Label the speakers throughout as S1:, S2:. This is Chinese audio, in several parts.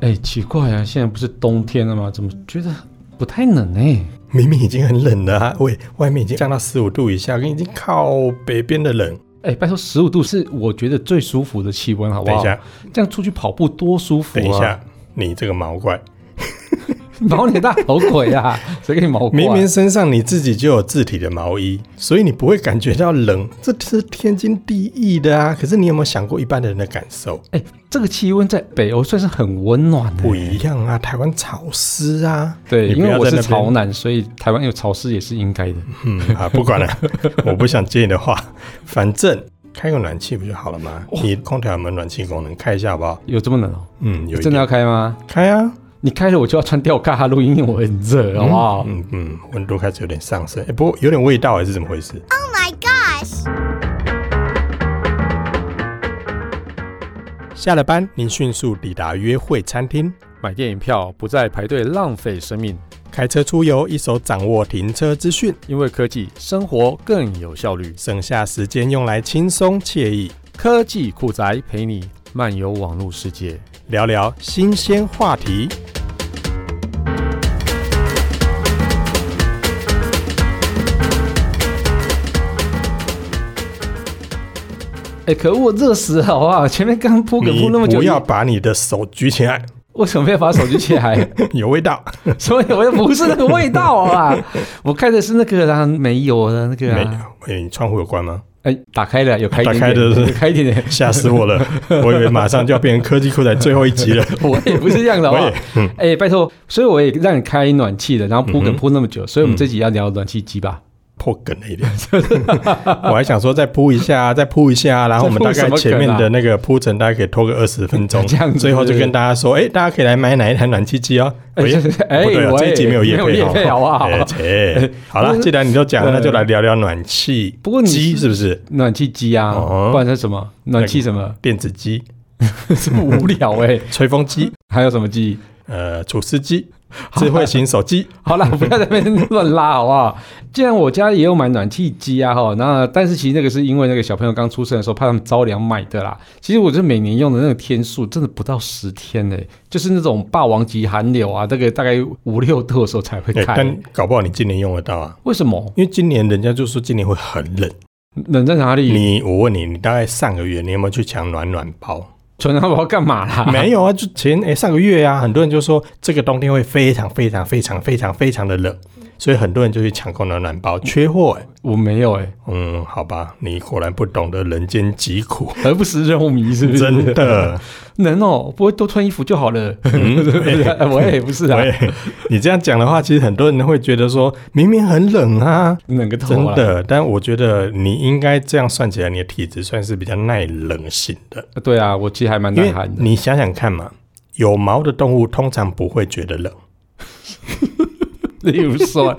S1: 哎，奇怪啊，现在不是冬天了吗？怎么觉得不太冷呢、
S2: 明明已经很冷了、啊，喂，外面已经降到十五度以下，已经靠北边的冷。
S1: 哎，拜托，十五度是我觉得最舒服的气温，好不啊
S2: 等
S1: 好？
S2: 一下，
S1: 这样出去跑步多舒服啊！
S2: 等一，下，你这个毛
S1: 啊
S2: 怪，
S1: 毛你大头鬼 啊！谁给你毛怪？
S2: 明明身上你自己就有自体的毛衣，所以你不会感觉到冷，这是天经地义的啊。可是你有没有想过一般的人的感受？
S1: 哎，这个气温在北欧算是很温暖的、
S2: 不一样啊，台湾潮湿啊。
S1: 对，
S2: 你
S1: 因
S2: 不要
S1: 为我
S2: 在
S1: 是
S2: 那边
S1: 潮南，所以台湾有潮湿也是应该的。
S2: 嗯啊，不管了，我不想接你的话，反正开个暖气不就好了吗？你空调有没有暖气功能？开一下好不好？
S1: 有这么冷哦？
S2: 嗯，有一
S1: 真
S2: 点
S1: 的要开吗？
S2: 开啊。
S1: 你开了我就要穿吊嘎录音，因为我很热，好不好？
S2: 嗯嗯，温度开始有点上升，哎，不过有点味道，还是怎么回事？
S3: Oh my gosh!
S2: 下了班，您迅速抵达约会餐厅，
S1: 买电影票不再排队浪费生命，
S2: 开车出游，一手掌握停车资讯，
S1: 因为科技生活更有效率。
S2: 省下时间用来轻松惬意
S1: 科技酷宅陪你漫游网络世界。
S2: 聊聊新鲜话题。
S1: 哎，可恶，热死了好不好？啊前面刚铺梗
S2: 你
S1: 铺那么久，
S2: 不要把你的手举起来，
S1: 为什么非要把手机切开？
S2: 有味道。
S1: 什么？我又不是那个味道啊！我开的是那个啊，没有的那个、
S2: 没
S1: 啊。
S2: 有，哎，你窗户有关吗？
S1: 哎，打开了，有开一点点，
S2: 打开的是
S1: 有开一点 点。
S2: 吓死我了！我以为马上就要变成科技酷仔最后一集了。
S1: 我也不是这样的，好不好
S2: 我也？嗯
S1: 哎、拜托，所以我也让你开暖气的，然后铺
S2: 嗯
S1: 梗
S2: 哼
S1: 铺那么久，所以我们这集要聊暖气机吧？
S2: 破梗了一点， 我还想说再铺一下，再铺一下，然后我们大概前面的那个铺陈，大概可以拖个二十分 钟，
S1: 这样子
S2: 最后就跟大家说，哎、大家可以来买哪一台暖气机哦。
S1: 哎
S2: 喂
S1: 哎
S2: 不对啊，
S1: 喂
S2: 这一集没有业
S1: 没有业配好不好
S2: 哎切 好了，既然你都讲了，那就来聊聊暖气
S1: 不过你
S2: 机是不是
S1: 暖气机啊，
S2: 哦
S1: 不然是什么？暖气什 么？
S2: 电子机、
S1: 这么无聊哎、
S2: 吹风机、
S1: 还有什么机？
S2: 呃，除 湿机、智慧型手机？
S1: 好 啦，不要在那边乱拉好不好？既然我家也有买暖气机啊哈，那但是其实那个是因为那个小朋友刚出生的时候怕他们着凉买的啦。其实我这每年用的那个天数真的不到十天呢、就是那种霸王级寒流啊，这个大概五六度的时候才会
S2: 哎
S1: 开。
S2: 但搞不好你今年用得到啊，
S1: 为什么？
S2: 因为今年人家就说今年会很冷。
S1: 冷在哪里？
S2: 你我问你，你大概上个月你有没有去抢暖暖包？
S1: 存暖包干嘛 啦？
S2: 没有啊，就前诶、上个月啊，很多人就说这个冬天会非常非常非常非常非常的冷，所以很多人就去抢购暖暖包，缺货、诶
S1: 我没有哎、
S2: 嗯，好吧，你果然不懂得人间疾 苦，
S1: 而不食任务迷是不是？
S2: 真的。嗯
S1: 能哦，不会多穿衣服就好了。 我也不是啊，
S2: 喂，你这样讲的话，其实很多人会觉得说，明明很冷 啊，
S1: 冷个头
S2: 真
S1: 啊！
S2: 的。但我觉得你应该这样算起来，你的体质算是比较耐冷型的，
S1: 对啊，我其实还蛮
S2: 因
S1: 耐
S2: 为
S1: 寒的。
S2: 你想想看嘛，有毛的动物通常不会觉得冷。
S1: 例如说，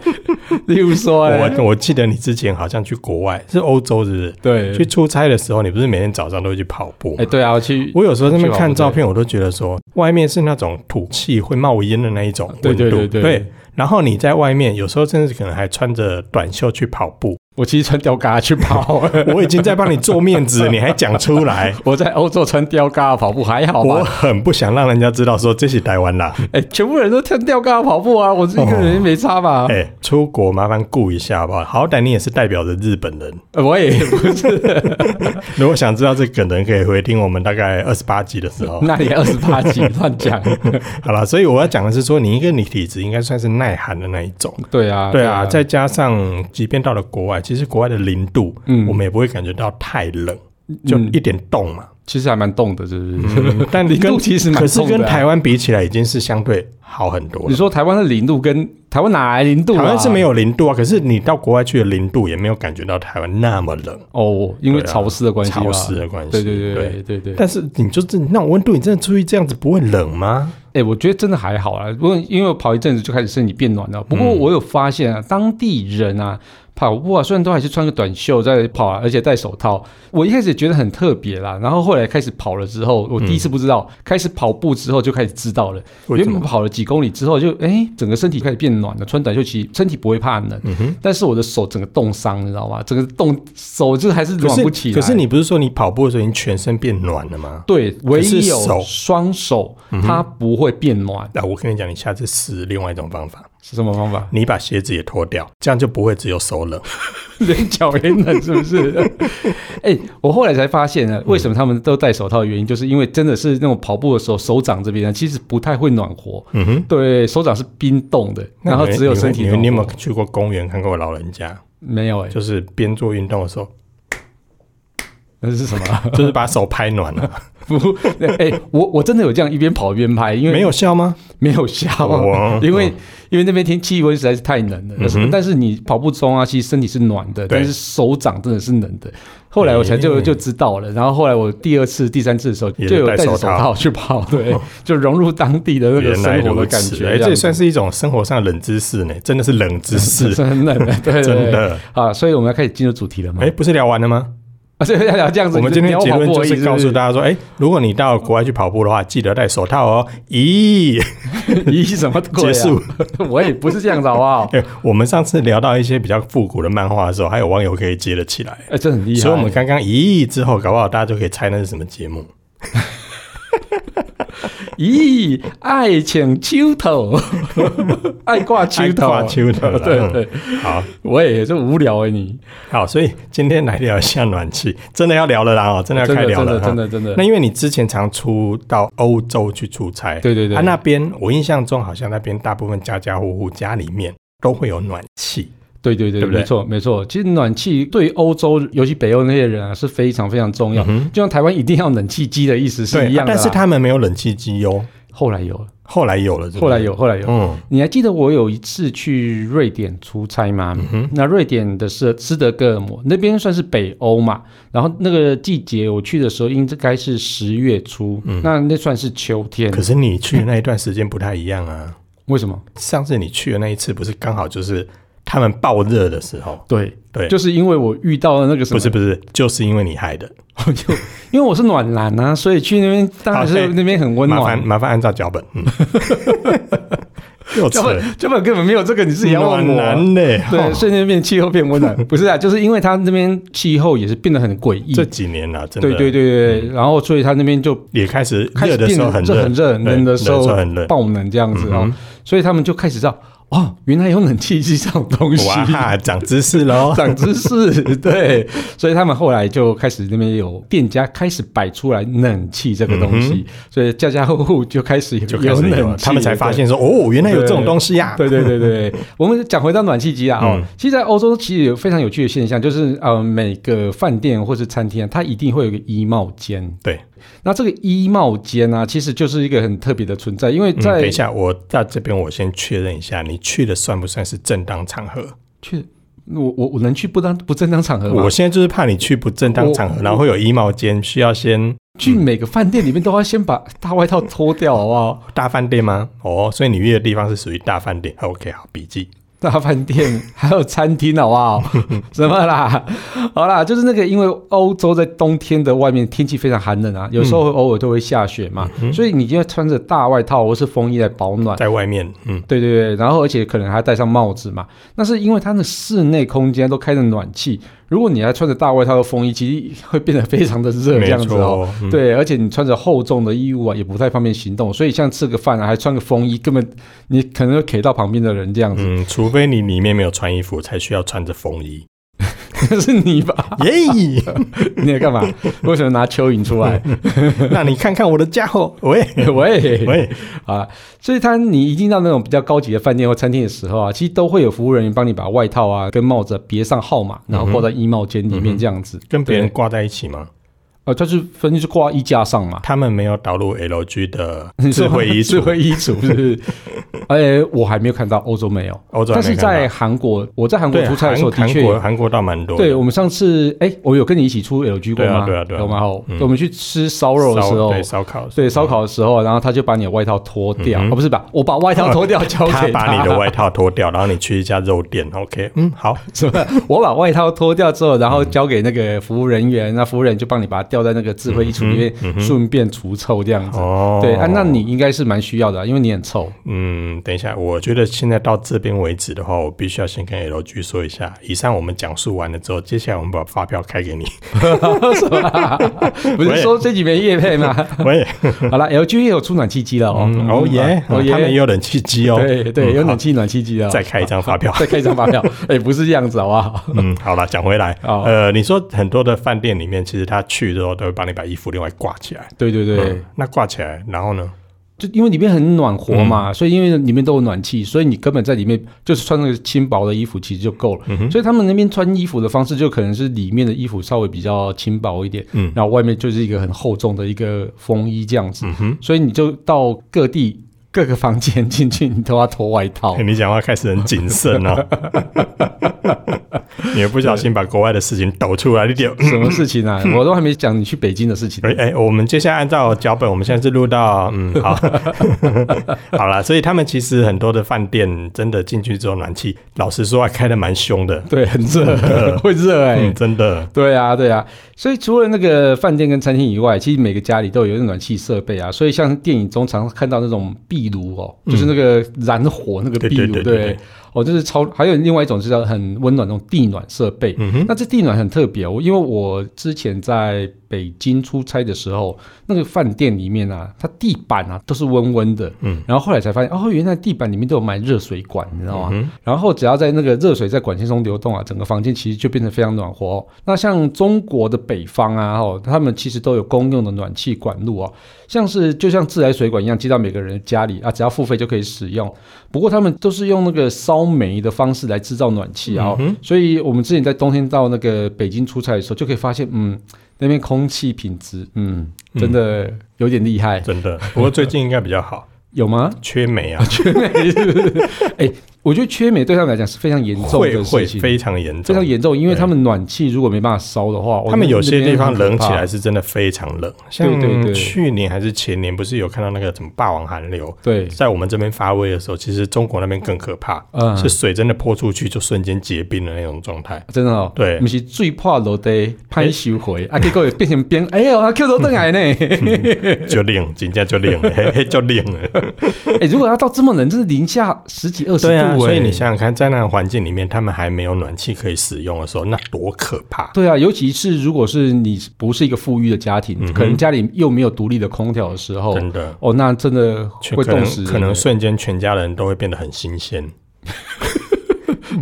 S1: 例如说、欸，
S2: 我我记得你之前好像去国外，是欧洲是不是？
S1: 对，
S2: 去出差的时候，你不是每天早上都会去跑步吗？
S1: 哎、对啊，我去，
S2: 我有时候在那边看照片，我都觉得说，外面是那种土气会冒烟的那一种温度，
S1: 啊对对对对
S2: 然后你在外面，有时候甚至可能还穿着短袖去跑 步。
S1: 我其实穿吊嘎去跑，
S2: 我已经在帮你做面子，你还讲出来，
S1: 我在欧洲穿吊嘎跑步还 好
S2: 我
S1: 吧？
S2: 很不想让人家知道说这是台湾啦。
S1: 哎、全部人都穿吊嘎跑步啊，我一个人没差吧？
S2: 哎、出国麻烦顾一下好不好？好歹你也是代表着日本人。
S1: 呃我也不是，
S2: 如果想知道这梗的人，可以回听我们大概二十八集的时候。
S1: 那里二十八级乱讲，
S2: 好啦，所以我要讲的是说，你一个你体质应该算是耐寒的那一种。
S1: 对啊，
S2: 对啊，再加上即便到了国外，其实国外的零度，
S1: 嗯
S2: 我们也不会感觉到太冷，就
S1: 嗯
S2: 一点冻嘛。
S1: 其实还蛮冻的，是不是？
S2: 嗯但
S1: 零
S2: 跟
S1: 度其实蛮
S2: 可是
S1: 冻的啊
S2: 跟台湾比起来，已经是相对好很多
S1: 你
S2: 了。
S1: 说台湾的零度跟台湾哪来零度、啊？
S2: 台湾是没有零度啊，可是你到国外去的零度也没有感觉到台湾那么冷，
S1: 哦，因为
S2: 对啊
S1: 潮湿的关系吧，
S2: 潮湿的关系。
S1: 对，对对对对对。
S2: 但是你就是那种温度，你真的出去这样子不会冷吗？
S1: 哎、我觉得真的还
S2: 嗯
S1: 好啦。不过因为我跑一阵子就开始身体变暖了。不过我有发现啊，当地人啊，跑步啊，虽然都还是穿个短袖在跑啊，而且戴手套。我一开始觉得很特别啦，然后后来开始跑了之后，我第一次不知道，开始跑步之后就开始知道了。
S2: 嗯为
S1: 原
S2: 什
S1: 本
S2: 么？
S1: 跑了几公里之后就，哎，整个身体开始变暖了，穿短袖其实身体不会怕冷。
S2: 嗯哼。
S1: 但是我的手整个冻伤，你知道吗？整个冻手就还是
S2: 可
S1: 暖不起
S2: 是
S1: 来。
S2: 可是你不是说你跑步的时候你全身变暖了吗？
S1: 对，唯
S2: 是
S1: 有
S2: 手嗯
S1: 双手它不会变暖，
S2: 啊那、我跟你讲，你下次试另外一种方法，
S1: 是什么方法？
S2: 你把鞋子也脱掉，这样就不会只有手冷。
S1: 连脚也冷是不是？ 哎、我后来才发现啊
S2: 嗯
S1: 呢，为什么他们都戴手套的原因，就是因为真的是那种跑步的时候，手掌这边呢其实不太会暖和。
S2: 嗯哼。
S1: 对，手掌是冰冻的，
S2: 那
S1: 然后
S2: 你
S1: 只有
S2: 你
S1: 身体
S2: 你
S1: 暖和
S2: 你有没有去过公园看过老人家？
S1: 没有哎、
S2: 就是边做运动 的时候，
S1: 那是什么 啊？
S2: 就是把手拍暖了，
S1: 不，哎、我我真的有这样一边跑一边拍，因为
S2: 没有效吗？
S1: 没有效啊、
S2: 哇
S1: 因为、因为那边天气温实在是太冷了。
S2: 嗯哼
S1: 但是你跑步中啊，其实身体是暖的，
S2: 对
S1: 但是手掌真的是冷的。后来我才就、
S2: 哎
S1: 就知道了，然后后来我第二次、第三次的时候
S2: 也
S1: 就有
S2: 戴
S1: 戴着
S2: 手
S1: 手
S2: 套
S1: 套去跑， 对，就融入当地的那个
S2: 原来
S1: 生活
S2: 如
S1: 的感
S2: 此，
S1: 觉。
S2: 哎、这
S1: 样
S2: 也
S1: 子
S2: 算是一种生活上的冷知识呢，真的是冷知识，
S1: 是很冷的， 对对
S2: 真
S1: 对。
S2: 的。
S1: 啊，所以我们要开始进入主题了吗？
S2: 哎、不是聊完了吗？
S1: 啊，所以要聊这样子，
S2: 我们今天
S1: 聊
S2: 结
S1: 跑
S2: 论
S1: 步
S2: 就
S1: 而已
S2: 是告诉大家说，哎、如果你到国外去跑步的话，记得戴手套哦。咦，
S1: 是不是 咦什么鬼啊
S2: 结束。
S1: 我也不是这样子，好不好？
S2: 哎、我们上次聊到一些比较复古的漫画的时候，还有网友可以接得起来，
S1: 哎，这很厉害。
S2: 所以我们刚刚咦之后，搞不好大家就可以猜那是什么节目。
S1: 咦，爱请秋头， 爱挂秋头啊，
S2: 爱挂秋头啦 嗯
S1: 对对，
S2: 好
S1: 我也是无聊哎、你
S2: 好，所以今天来聊一下暖气，真的要聊了啦哦，真的要
S1: 真
S2: 开
S1: 的
S2: 聊
S1: 真
S2: 了
S1: 的
S2: 哈
S1: 真。的真的，
S2: 那因为你之前常出到欧洲去出差，
S1: 对对对，
S2: 啊，那边我印象中好像那边大部分家家户户家里面都会有暖气，
S1: 对对对，
S2: 对不对
S1: 没错没错。其实暖气对欧洲，尤其北欧那些人啊，是非常非常重要。
S2: 嗯哼
S1: 就像台湾一定要冷气机的意思是一
S2: 啊
S1: 样的啦、
S2: 但是他们没有冷气机哦，
S1: 后来有了，
S2: 后来有了是不是
S1: 后来，有，后来有。
S2: 嗯
S1: 你还记得我有一次去瑞典出差吗？
S2: 嗯哼
S1: 那瑞典的是斯德哥尔摩那边算是北欧嘛，然后那个季节我去的时候应该是十月初，那那算是秋天。
S2: 嗯可是你去的那一段时间不太一样啊，
S1: 为什么？
S2: 上次你去的那一次不是刚好就是他们爆热的时候，
S1: 对
S2: 对
S1: 就是因为我遇到了那个什
S2: 不
S1: 么，
S2: 是不是，就是因为你害的，
S1: 我就因为我是暖男啊，所以去那边当然
S2: 好
S1: 是
S2: 啊对
S1: 那边很温
S2: 麻烦
S1: 暖。
S2: 麻烦按照脚本， 嗯，又
S1: 根
S2: 扯，
S1: 本根本根本没有这个，你自己要问
S2: 暖
S1: 我啊。
S2: 男嘞，
S1: 对，
S2: 哦
S1: 瞬间变气候变温暖，不是啊，就是因为他那边气候也是变得很诡异。
S2: 这几年啊，真的
S1: 对对对对，对然后所以他那边就
S2: 也开始
S1: 开
S2: 热
S1: 始
S2: 的
S1: 变
S2: 时候
S1: 得
S2: 很
S1: 这
S2: 热，
S1: 很热，
S2: 对
S1: 冷的时候
S2: 很热。嗯
S1: 爆冷这样子哦，所以他们就开始知道哦，原来有冷气机这种东西，
S2: 哇哈，长知识喽！
S1: 长知识。对，所以他们后来就开始那边有店家开始摆出来冷气这个东西，所以家家户户就开始有
S2: 嗯就开始有
S1: 冷
S2: 了，
S1: 气，
S2: 他们才发。现说哦，原来有这种东西呀、
S1: 对对对 对，我们讲回到暖气机啊，
S2: 嗯
S1: 哦，其实，在欧洲其实有非常有趣的现象，就是呃，每个饭店或是餐厅、啊，它一定会有一个衣帽间。
S2: 对，
S1: 那这个衣帽间啊，其实就是一个很特别的存在，因为
S2: 嗯，
S1: 在、
S2: 等一下，我到这边我先确认一下，你去的算不算是正当场合？
S1: 去，我我我能去不当不正当场合吗？
S2: 我现在就是怕你去不正当场合，
S1: 呃我
S2: 然后会有衣帽间，需要先
S1: 去每个饭店里面都要先把大外套脱掉，好不好？
S2: 大饭店吗？哦，所以你约的地方是属于大饭店。OK，好，笔记。
S1: 大饭店 还有餐厅，好不 好？什么啦？好啦，就是那个，因为欧洲在冬天的外面天气非常寒冷啊，有时
S2: 嗯
S1: 候偶尔都会下雪嘛，所以你就要穿着大外套或是风衣来保暖。
S2: 在外面，嗯，
S1: 对对对，然后而且可能还戴上帽子嘛，那是因为它的室内空间都开着暖气，如果你还穿着大外套和风衣，其实会变得非常的热这
S2: 没
S1: 样子哦。
S2: 错，嗯
S1: 对，而且你穿着厚重的衣物啊，也不太方便行动，所以像吃个饭啊，还穿个风衣，根本你可能会 K 到旁边的人这样子，
S2: 嗯，除非你里面没有穿衣服，才需要穿着风衣。
S1: 是你吧？
S2: 耶、
S1: 你在干嘛？为什么拿蚯蚓出来？
S2: 那你看看我的家伙， 喂
S1: 喂
S2: 喂，
S1: 啊！所以他你一进到那种比较高级的饭店或餐厅的时候啊，其实都会有服务人员帮你把外套啊跟帽子啊别上号码，然后挂在衣帽间里面这样子，
S2: 跟别人挂在一起吗？
S1: 对呃，它是分是挂衣架上嘛，
S2: 他们没有导入 LG 的
S1: 你说
S2: 智慧衣
S1: 智
S2: 橱，
S1: 慧衣橱是不 是？哎，我还没有看到，欧洲没有，
S2: 欧洲还
S1: 但
S2: 没
S1: 是
S2: 看到
S1: 在韩国，我在韩国
S2: 对啊
S1: 出差的时候
S2: 韩
S1: 的
S2: 韩
S1: 确
S2: 国
S1: 有。
S2: 韩国倒蛮多的，
S1: 对，我们上次哎，我有跟你一起出 LG 过
S2: 对啊
S1: 吗？
S2: 对啊对啊
S1: 有吗？哦
S2: 嗯
S1: 我们去吃烧肉的时
S2: 烧
S1: 候，
S2: 对烧烤，嗯
S1: 对，烧烤的时候，然后他就把你的外套脱掉，
S2: 嗯哼
S1: 哦，不是吧？我把外套脱掉交
S2: 他
S1: 给
S2: 把你 的外套脱掉，然后你去一家肉店，OK，嗯，好，
S1: 什么？我把外套脱掉之后，然后交给那个服务人员，那服务人员就帮你把它吊在那个智慧衣橱里面，顺便除臭这样子。
S2: 嗯哦，
S1: 对啊，那你应该是蛮需要的啊，因为你很臭。
S2: 嗯，等一下，我觉得现在到这边为止的话，我必须要先跟 LG 说一下，以上我们讲述完了之后，接下来我们把发票开给你。
S1: 是吧？ 不是说这几没夜配吗？
S2: 喂，
S1: 好了，LG 也有出暖气机 了哦。
S2: 嗯哦耶，
S1: 哦耶
S2: 他们也有冷气机哦。
S1: 对对，
S2: 嗯
S1: 有
S2: 好
S1: 暖气暖气机了哦。。
S2: 再开一张发票
S1: 再开一张发 票，哎，不是这样子好不好？
S2: 嗯，好了，讲回来，
S1: 哦
S2: 呃，你说很多的饭店里面，其实他去之后都会帮你把衣服另外挂起来。
S1: 对对对
S2: 嗯，，那挂起来，然后呢？
S1: 就因为里面很暖和嘛，所以因为里面都有暖气，所以你根本在里面就是穿那个轻薄的衣服其实就够了。所以他们那边穿衣服的方式就可能是里面的衣服稍微比较轻薄一点，
S2: 嗯
S1: 然后外面就是一个很厚重的一个风衣这样子。
S2: 嗯哼，
S1: 所以你就到各地各个房间进去，你都要脱外套。
S2: 欸你讲话开始很谨慎 哦，你也不小心把国外的事情抖出来一点。
S1: 什么事情啊？我都还没讲你去北京的事情。
S2: 哎、哎，我们接下来按照脚本，我们现在是录到嗯好， 好啦，所以他们其实很多的饭店真的进去之后，暖气老实说还开的蛮凶的，
S1: 对，很 热，会热哎、
S2: 嗯，真的，
S1: 对啊，对啊，所以除了那个饭店跟餐厅以外，其实每个家里都有那暖气设备啊。所以像电影中常看到那种壁炉哦，就是那个燃火那个壁炉，
S2: 对对对对对
S1: 哦，就是超。还有另外一种是叫很温暖那种地暖设备。
S2: 嗯哼，
S1: 那这地暖很特别、哦，因为我之前在北京出差的时候，那个饭店里面啊，它地板啊都是温温的，
S2: 嗯，
S1: 然后后来才发现，哦，原来地板里面都有埋热水管，你知道吗？
S2: 嗯哼
S1: 然后只要在那个热水在管线中流动啊，整个房间其实就变得非常暖和哦、那像中国的北方啊，哦，他们其实都有公用的暖气管路哦，像是就像自来水管一样接到每个人家里啊，只要付费就可以使用。不过他们都是用那个烧煤的方式来制造暖
S2: 嗯
S1: 气啊、哦所以我们之前在冬天到那个北京出差的时候，就可以发现，嗯，那边空气品质，嗯，真的有点厉害，
S2: 真的。不过最近应该比 较好，
S1: 有吗？
S2: 缺煤啊，
S1: 缺美是不是？ 哎、我觉得缺美对他们来讲是非常严重
S2: 会
S1: 的
S2: 会
S1: 事情，
S2: 非常严
S1: 非
S2: 重
S1: 常。严重，因为
S2: 对
S1: 他们暖气如果没办法烧的话，我
S2: 他们
S1: 觉得
S2: 有些
S1: 哦那边
S2: 地方
S1: 很可
S2: 冷起
S1: 怕
S2: 来，是真的非常冷，
S1: 对对对
S2: 像去年还是前年，不是有看到那个什么霸王寒流，
S1: 对，
S2: 在我们这边发威的时候，其实中国那边更可怕，
S1: 嗯，
S2: 是水真的泼出去就瞬间结冰的那种状态。
S1: 真的哦。
S2: 对哎
S1: 不是最怕落地拍收回，啊，结果也变成边， 哎呦，啊 Q 都邓来呢。
S2: 就冷，真正就冷了，嘿嘿，就冷了。
S1: 哎，如果要到这么冷，真是零下十几二十度
S2: 对啊，
S1: 哎。
S2: 所以你想想看，在那个环境里面，他们还没有暖气可以使用的时候，那多可怕！
S1: 对啊，尤其是如果是你不是一个富裕的家庭，可能家里又没有独立的空调的时候，
S2: 嗯真的，
S1: 哦，那真的
S2: 全
S1: 会
S2: 可
S1: 冻死
S2: 能
S1: 人
S2: 可能
S1: 哎
S2: 瞬间全家人都会变得很新鲜。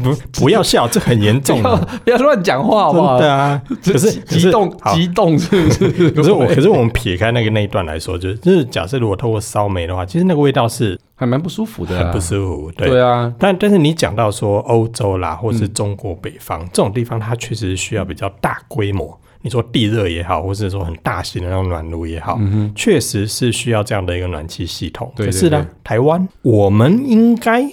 S2: 不，不要笑，这很严重 啊
S1: 不要不
S2: 的，
S1: 要乱讲话好不好
S2: 真？的啊！可是可
S1: 激激
S2: 是
S1: 动
S2: 好
S1: 激动是不是？
S2: 可是我，可是我们撇开那个那一段来说，就是就是假设如果透过烧煤的话，其实那个味道是
S1: 还蛮不舒服的、
S2: 很
S1: 啊，
S2: 不舒服。对，
S1: 对啊，
S2: 但但是你讲到说欧洲啦，或是中国北方、
S1: 嗯
S2: 这种地方，它确实需要比较大规模，你说地热也好，或是说很大型的那种暖炉也好，确、实是需要这样的一个暖气系统。
S1: 嗯对
S2: 可是呢，台湾我们应该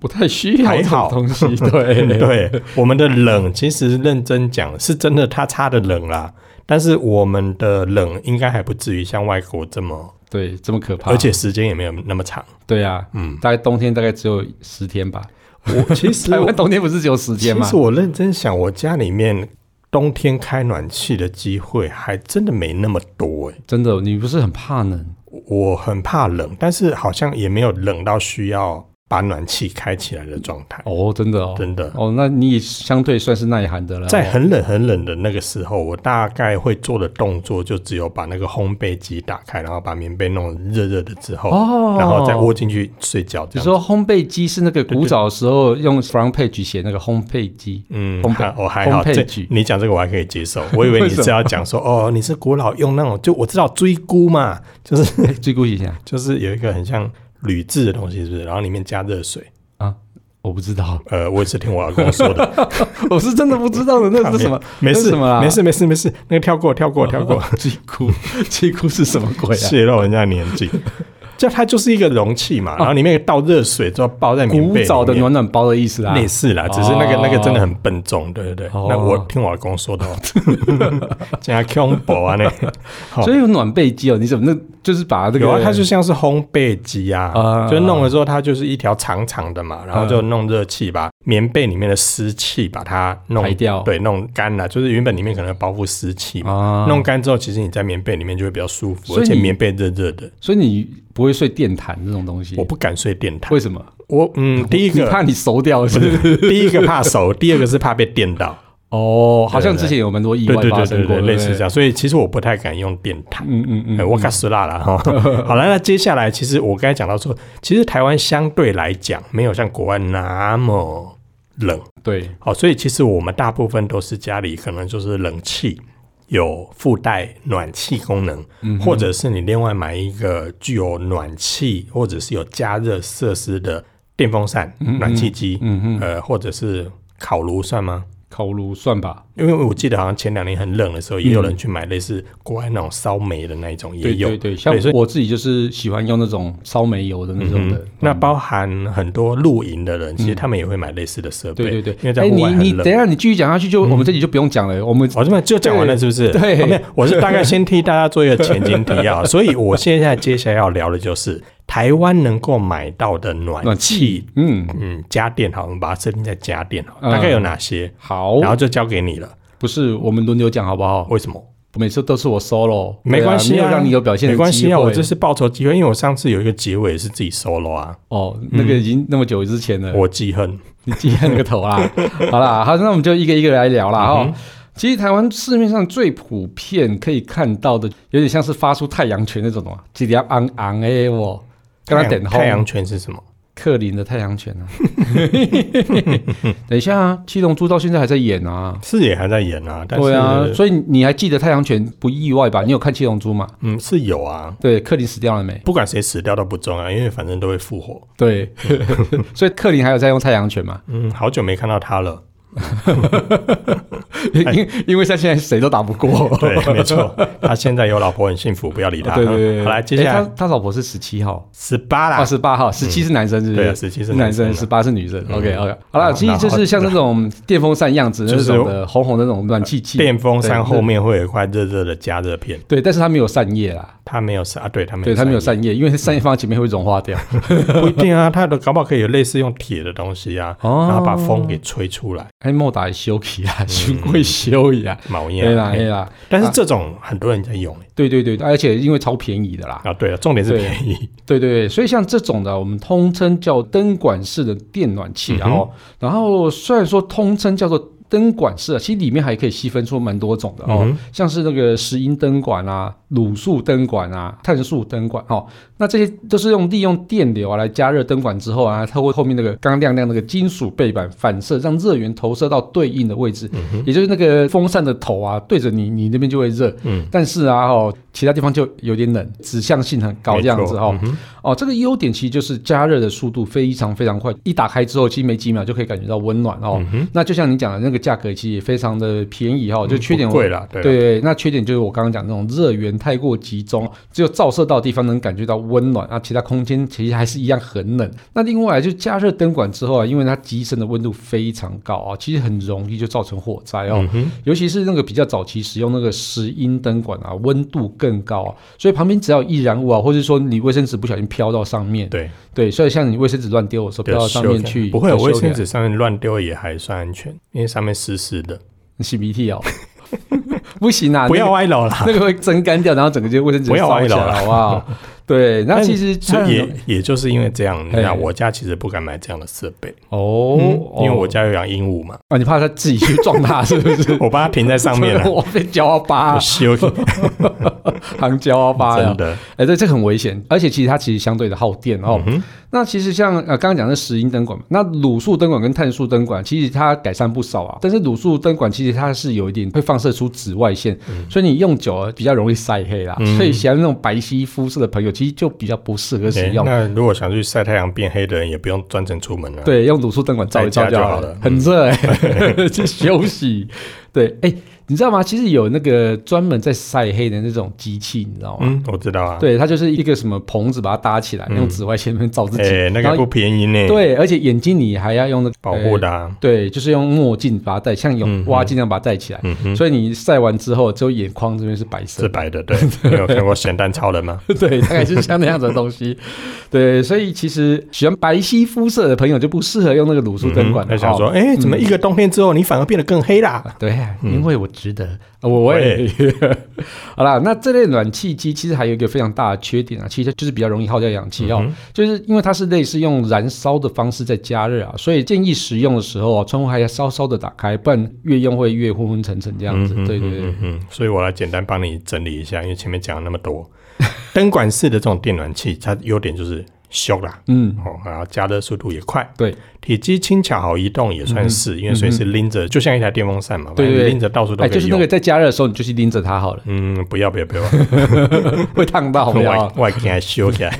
S1: 不太需要
S2: 还
S1: 这种
S2: 好
S1: 东西。 对
S2: 嗯对我们的冷，其实认真讲是真的，它差的冷啦。但是我们的冷应该还不至于像外国这么，
S1: 对，这么可怕，
S2: 而且时间也没有那么长。
S1: 对啊，嗯，大概冬天大概只有十天吧。
S2: 我其实
S1: 台湾冬天不是只有十天
S2: 其
S1: 吗
S2: 实？我认真想，我家里面冬天开暖气的机会还真的没那么多诶、
S1: 真的，你不是很怕冷？
S2: 我很怕冷，但是好像也没有冷到需要把暖气开起来的状态，
S1: 哦，真的哦，
S2: 真的。
S1: 哦，那你也相对算是耐寒的了。
S2: 在
S1: 哦
S2: 很冷很冷的那个时候，我大概会做的动作就只有把那个烘焙机打开，然后把棉被弄得热热的之后，
S1: 哦
S2: 然后再窝进去睡觉。这
S1: 你
S2: 样子，
S1: 说烘焙机是那个古早时候用 front page 写那个烘焙机，
S2: 嗯，
S1: 烘
S2: 还
S1: 焙
S2: 我还好，
S1: 烘焙
S2: 这
S1: 局
S2: 你讲这个我还可以接受。我以为你
S1: 为什
S2: 是要讲说，哦，你是古老用那种，就我知道追菇嘛， 就是
S1: 哎最顾一下
S2: 就是有一个很像铝制的东西，是不是？然后里面加热水，
S1: 啊，我不知道，
S2: 呃，我也是听我老公说的，
S1: 我是真的不知道的，那是什么？
S2: 没
S1: 那是
S2: 事，
S1: 什么啊啦
S2: 没 事，没事，没事，那个跳过，跳过，跳过，
S1: 鸡哭，鸡哭是什么鬼啊？
S2: 泄露人家的年纪。 就它就是一个容器嘛，然后里面倒热水，之后包在棉
S1: 哦古
S2: 被里
S1: 早的
S2: 面
S1: 暖暖包的意思啊。
S2: 类似啦，只是那个、
S1: 哦
S2: 那个真的很笨重，对对对。
S1: 哦
S2: 那我听我老公说 的哦，加 combo 啊那个，好
S1: 所以有暖被机哦，你怎么那就是把这个
S2: 有啊，它就像是烘焙机啊，
S1: 啊
S2: 就弄了之后它就是一条长长的嘛，然后就弄热气把棉被里面的湿气把它弄
S1: 排掉
S2: 对，弄干了，就是原本里面可能包覆湿气嘛。
S1: 啊，
S2: 弄干之后，其实你在棉被里面就会比较舒服，
S1: 所
S2: 而
S1: 以
S2: 且
S1: 你
S2: 棉被热热的。
S1: 所以你不会睡电毯这种东西
S2: 我，不敢睡电毯，
S1: 为什么？
S2: 我嗯，第一
S1: 你
S2: 个
S1: 怕你熟掉是不是？
S2: 第一个怕熟，第二个是怕被电到。
S1: 哦，好像
S2: 对对
S1: 之前有蛮多意
S2: 对
S1: 外
S2: 对
S1: 发
S2: 对
S1: 生
S2: 对
S1: 过，
S2: 对，类
S1: 不
S2: 似这。样。所以其实我不太敢用电毯。
S1: 嗯嗯嗯
S2: 哎，我卡死辣 了哈。好了，那接下来其实我刚才讲到说，其实台湾相对来讲没有像国外那么冷，
S1: 对，
S2: 好，所以其实我们大部分都是家里可能就是冷气有附带暖气功能，
S1: 嗯
S2: 或者是你另外买一个具有暖气或者是有加热设施的电风扇、暖气机，
S1: 嗯嗯，
S2: 呃，或者是烤炉算吗？
S1: 烤炉算吧，
S2: 因为我记得好像前两年很冷的时候，也有人去买类似国外那种烧煤的那一种，
S1: 嗯
S2: 也
S1: 对
S2: 有。
S1: 对对，像
S2: 对所以嗯
S1: 我自己就是喜欢用那种烧煤油的那种的。嗯
S2: 那包含很多露营的人，其实他们也会买类似的设备，
S1: 对对对
S2: 因为，在
S1: 哎，
S2: 户
S1: 你
S2: 外很
S1: 你
S2: 冷嗯
S1: 等一。下，你继续讲下去就我们这集就不用讲了，我们
S2: 哦我这么就讲完了，是不是？
S1: 对
S2: 哦没有，我是大概先替大家做一个前景提 要，所以我现在接下来要聊的就是台湾能够买到的暖
S1: 暖
S2: 气，
S1: 嗯
S2: 嗯，家电好，我们把它设定在家电好，
S1: 嗯哦
S2: 大概有哪些？
S1: 好，
S2: 然后就交给你了。
S1: 不是我们轮流讲好不好？
S2: 为什么？
S1: 每次都是我 solo，
S2: 没关系
S1: 对啊没有让你有表现的
S2: 没关系
S1: 机
S2: 啊，
S1: 会
S2: 我这是报仇机会，因为我上次有一个结尾是自己 solo 啊，
S1: 哦，那个已经那么久之前了，
S2: 我记恨。
S1: 你记下那个头 啦。好啦，好，那我们就一个一个来聊
S2: 嗯
S1: 啦哈。其实台湾市面上最普遍可以看到的，有点像是发出太阳拳那种的嘛，啊几条昂昂哎我，跟他
S2: 太
S1: 点
S2: 阳
S1: 后
S2: 太阳拳是什么？
S1: 克林的太阳拳啊。 等一下啊，七龙珠到现在还在演啊。
S2: 是也还在演啊，但是
S1: 对啊，所以你还记得太阳拳不意外吧？你有看七龙珠吗？
S2: 嗯是有啊，
S1: 对，克林死掉了没？
S2: 不管谁死掉都不重要，因为反正都会复活。
S1: 对， 所以克林还有在用太阳拳嘛？
S2: 嗯，好久没看到他了。
S1: 因因为他现在谁都打不过。
S2: 哎 对，没错，他现在有老婆很幸福，不要理他。
S1: 对对对，
S2: 好来，接下
S1: 诶
S2: 来
S1: 他他老婆是十七号，
S2: 十八
S1: 二
S2: 啦，
S1: 十八号，十七是男生，是不
S2: 对啊
S1: 是？
S2: 17是
S1: 男生，
S2: 男
S1: 十八是女生。OK OK，好
S2: 好
S1: 了，其实就是像那种电风扇样子，
S2: 就
S1: 那
S2: 是
S1: 种的红红的那种暖气器。
S2: 电风
S1: 对
S2: 扇
S1: 那
S2: 后面会有一块热热的加热片，
S1: 对，但是它没有扇叶啦，
S2: 他没有扇嗯啊，对他没有，
S1: 对，它没有，扇叶，因为扇叶放在前面会融化 掉。
S2: 不一定啊， 他的搞不好可以有类似用铁的东西啊，
S1: 哦
S2: 然后把风给吹出来，
S1: 哎，莫打修起啊，修 会修一啊，
S2: 毛烟
S1: 对
S2: 啊。
S1: 啦
S2: 嘿
S1: 对啦，
S2: 但是这种很多人在用欸
S1: 对对对，而且因为超便宜的啦，
S2: 啊，对了，重点是
S1: 对
S2: 便宜，
S1: 对对对，所以像这种的，我们通称叫灯管式的电暖器，
S2: 嗯
S1: 然后、然后虽然说通称叫做灯管式啊，其实里面还可以细分出蛮多种的哦，
S2: 嗯
S1: 像是那个石英灯管啊、卤素灯管啊、碳素灯管哦，那这些都是用利用电流啊来加热灯管之后啊，透过后面那个刚刚亮亮那个金属背板反射，让热源投射到对应的位置，
S2: 嗯
S1: 也就是那个风扇的头啊，对着你，你那边就会热，
S2: 嗯，
S1: 但是啊哦，其他地方就有点冷，指向性很高这样子哦。
S2: 没错嗯哼
S1: 哦，这个优点其实就是加热的速度非常非常快，一打开之后，其实没几秒就可以感觉到温暖哦。
S2: 嗯
S1: 那就像你讲的那个价格，其实也非常的便宜哦，就缺点
S2: 嗯不
S1: 我、
S2: 贵了，对啊啦
S1: 对那缺点就是我刚刚讲那种热源太过集中，只有照射到的地方能感觉到温暖，啊，其他空间其实还是一样很冷。那另外就加热灯管之后啊，因为它机身的温度非常高啊，其实很容易就造成火灾
S2: 嗯
S1: 哦。尤其是那个比较早期使用那个石英灯管啊，温度更高啊，所以旁边只要有易燃物啊，或者说你卫生纸不小心飘到上面，
S2: 对，
S1: 对，所以像你卫生纸乱丢的时候
S2: 对
S1: 飘到上
S2: 修
S1: 面
S2: 改
S1: 去，
S2: 啊不会有
S1: 对
S2: 卫
S1: 修改
S2: 生纸上面乱丢也还算安全，因为上面湿湿的，
S1: 你擤鼻涕哦， 不行啊，
S2: 不
S1: 那个
S2: 要歪楼啦。
S1: 那个会蒸干掉，然后整个就卫生纸
S2: 不要
S1: 烧
S2: 歪
S1: 起
S2: 了
S1: 来，好不好？对，那
S2: 但
S1: 其实它
S2: 所以
S1: 很
S2: 也也就是因为这样，
S1: 嘿
S2: 那我家其实不敢买这样的设备，
S1: 哦，
S2: 嗯因为我
S1: 哦
S2: 家有养鹦鹉嘛，
S1: 啊，你怕它自己去撞它是不是？
S2: 我把它停在 上面啊了，
S1: 我被骄傲
S2: 我
S1: 扒，
S2: 修
S1: 行骄傲扒
S2: 真
S1: 了。
S2: 的，
S1: 啊哎，对，这个很危险，而且其实它其实相对的耗电哦。
S2: 嗯
S1: 那其实像呃刚刚讲的石英灯管嘛，那卤素灯管跟碳素灯管其实它改善不少啊，但是卤素灯管其实它是有一点会放
S2: 嗯
S1: 射出紫外线，所以你用久了比较容易晒黑啦。所以喜欢那种白皙肤色的朋友机就比较不适合使
S2: 诶
S1: 用。
S2: 哎那如果想去晒太阳变黑的人，也不用专程出门了。，
S1: 对，用卤素灯管照一照
S2: 在家就
S1: 好
S2: 好了
S1: 很热哎、 去休息。对，哎、你知道吗？其实有那个专门在晒黑的那种机器，你知道吗？
S2: 嗯，我知道啊。，
S1: 对，它就是一个什么棚子把它搭起来，用紫外线那边照自己，
S2: 嗯哎，那
S1: 然
S2: 个
S1: 后
S2: 不便宜呢，，
S1: 对，而且眼睛你还要用那个
S2: 保护
S1: 呃
S2: 的啊。
S1: 对，就是用墨镜把它戴，像泳
S2: 嗯
S1: 蛙镜那样把它戴起来。
S2: 嗯哼，
S1: 所以你晒完之后，只有眼眶这边是白色的，
S2: 是白 的，对。你有看过咸蛋超人吗？
S1: 对，大概就是像那样子的东西。对，所以其实喜欢白皙肤色的朋友就不适合用那个卤素灯管
S2: 嗯
S1: 了、
S2: 他想
S1: 哦
S2: 说，哎，怎么一个冬天之后，你反而变得更黑啦？
S1: 对、啊，
S2: 嗯
S1: 因为我值得，啊我我也 好啦。那这类暖气机其实还有一个非常大的缺点啊，其实就是比较容易耗掉氧气哦，
S2: 嗯
S1: 就是因为它是类似用燃烧的方式在加热啊，所以建议使用的时候啊，窗户还要稍稍的打开，不然越用会越昏昏沉沉这样子。对对对，
S2: 嗯嗯，所以我来简单帮你整理一下，因为前面讲了那么多， 灯管式的这种电暖器，它优点就是修啦，
S1: 嗯，
S2: 哦，然后加热速度也快，
S1: 对，
S2: 体积轻巧好移动也算
S1: 嗯
S2: 是，因为随时拎着，就像一台电风扇嘛，
S1: 对对对
S2: 反正你拎着到处都
S1: 哎，
S2: 可
S1: 就是
S2: 以
S1: 那
S2: 用。
S1: 个在加热的时候，你就去拎着它好了，
S2: 嗯，不要不要不要，
S1: 会烫 到好哦不
S2: 外
S1: 好？
S2: 外给它修起来。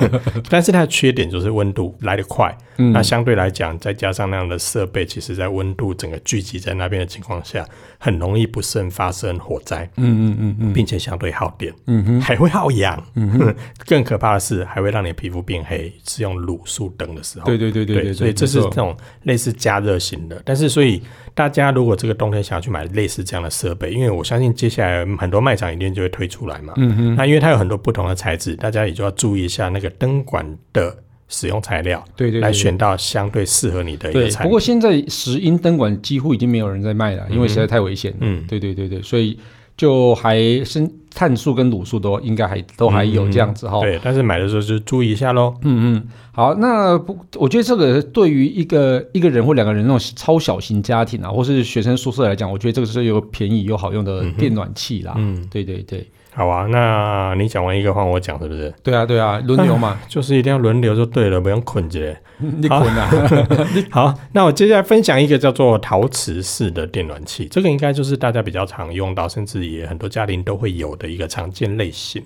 S2: 但是它的缺点就是温度来得快，那相对来讲，再加上那样的设备，其实在温度整个聚集在那边的情况下，很容易不慎发生火灾。
S1: 嗯嗯嗯嗯，
S2: 并且相对耗电，嗯哼，还会耗氧，嗯哼， 更可怕的是还会让你皮肤变黑，是用卤素灯的时候，
S1: 对对对对对，
S2: 所以这是
S1: 没
S2: 这
S1: 错
S2: 种类似加热型的，但是所以大家如果这个冬天想要去买类似这样的设备，因为我相信接下来很多卖场一定就会推出来嘛，嗯哼，那因为它有很多不同的材质，大家也就要注意一下那个灯管的使用材料，
S1: 对对对
S2: 来
S1: 对
S2: 选到相对适合你的一
S1: 对
S2: 个，产
S1: 不
S2: 品，
S1: 过现在石英灯管几乎已经没有人在卖了，因为实在太危险了。
S2: 嗯
S1: 对对对对，所以就还生碳素跟卤素都应该还都还有这样子哈。
S2: 嗯对，但是买的时候就注意一下喽，
S1: 嗯嗯，好，那不，我觉得这个对于一个一个人或两个人那种超小型家庭啊，或是学生宿舍来讲，我觉得这个是有便宜又好用的电暖器啦。
S2: 嗯，
S1: 对对对，
S2: 好啊，那你讲完一个换我讲是不是？
S1: 对啊对啊，轮流 嘛，
S2: 就是一定要轮流就对了，不用捆着。
S1: 你滚啊！
S2: 好，那我接下来分享一个叫做陶瓷式的电暖器，这个应该就是大家比较常用到，甚至也很多家庭都会有的一个常见类型。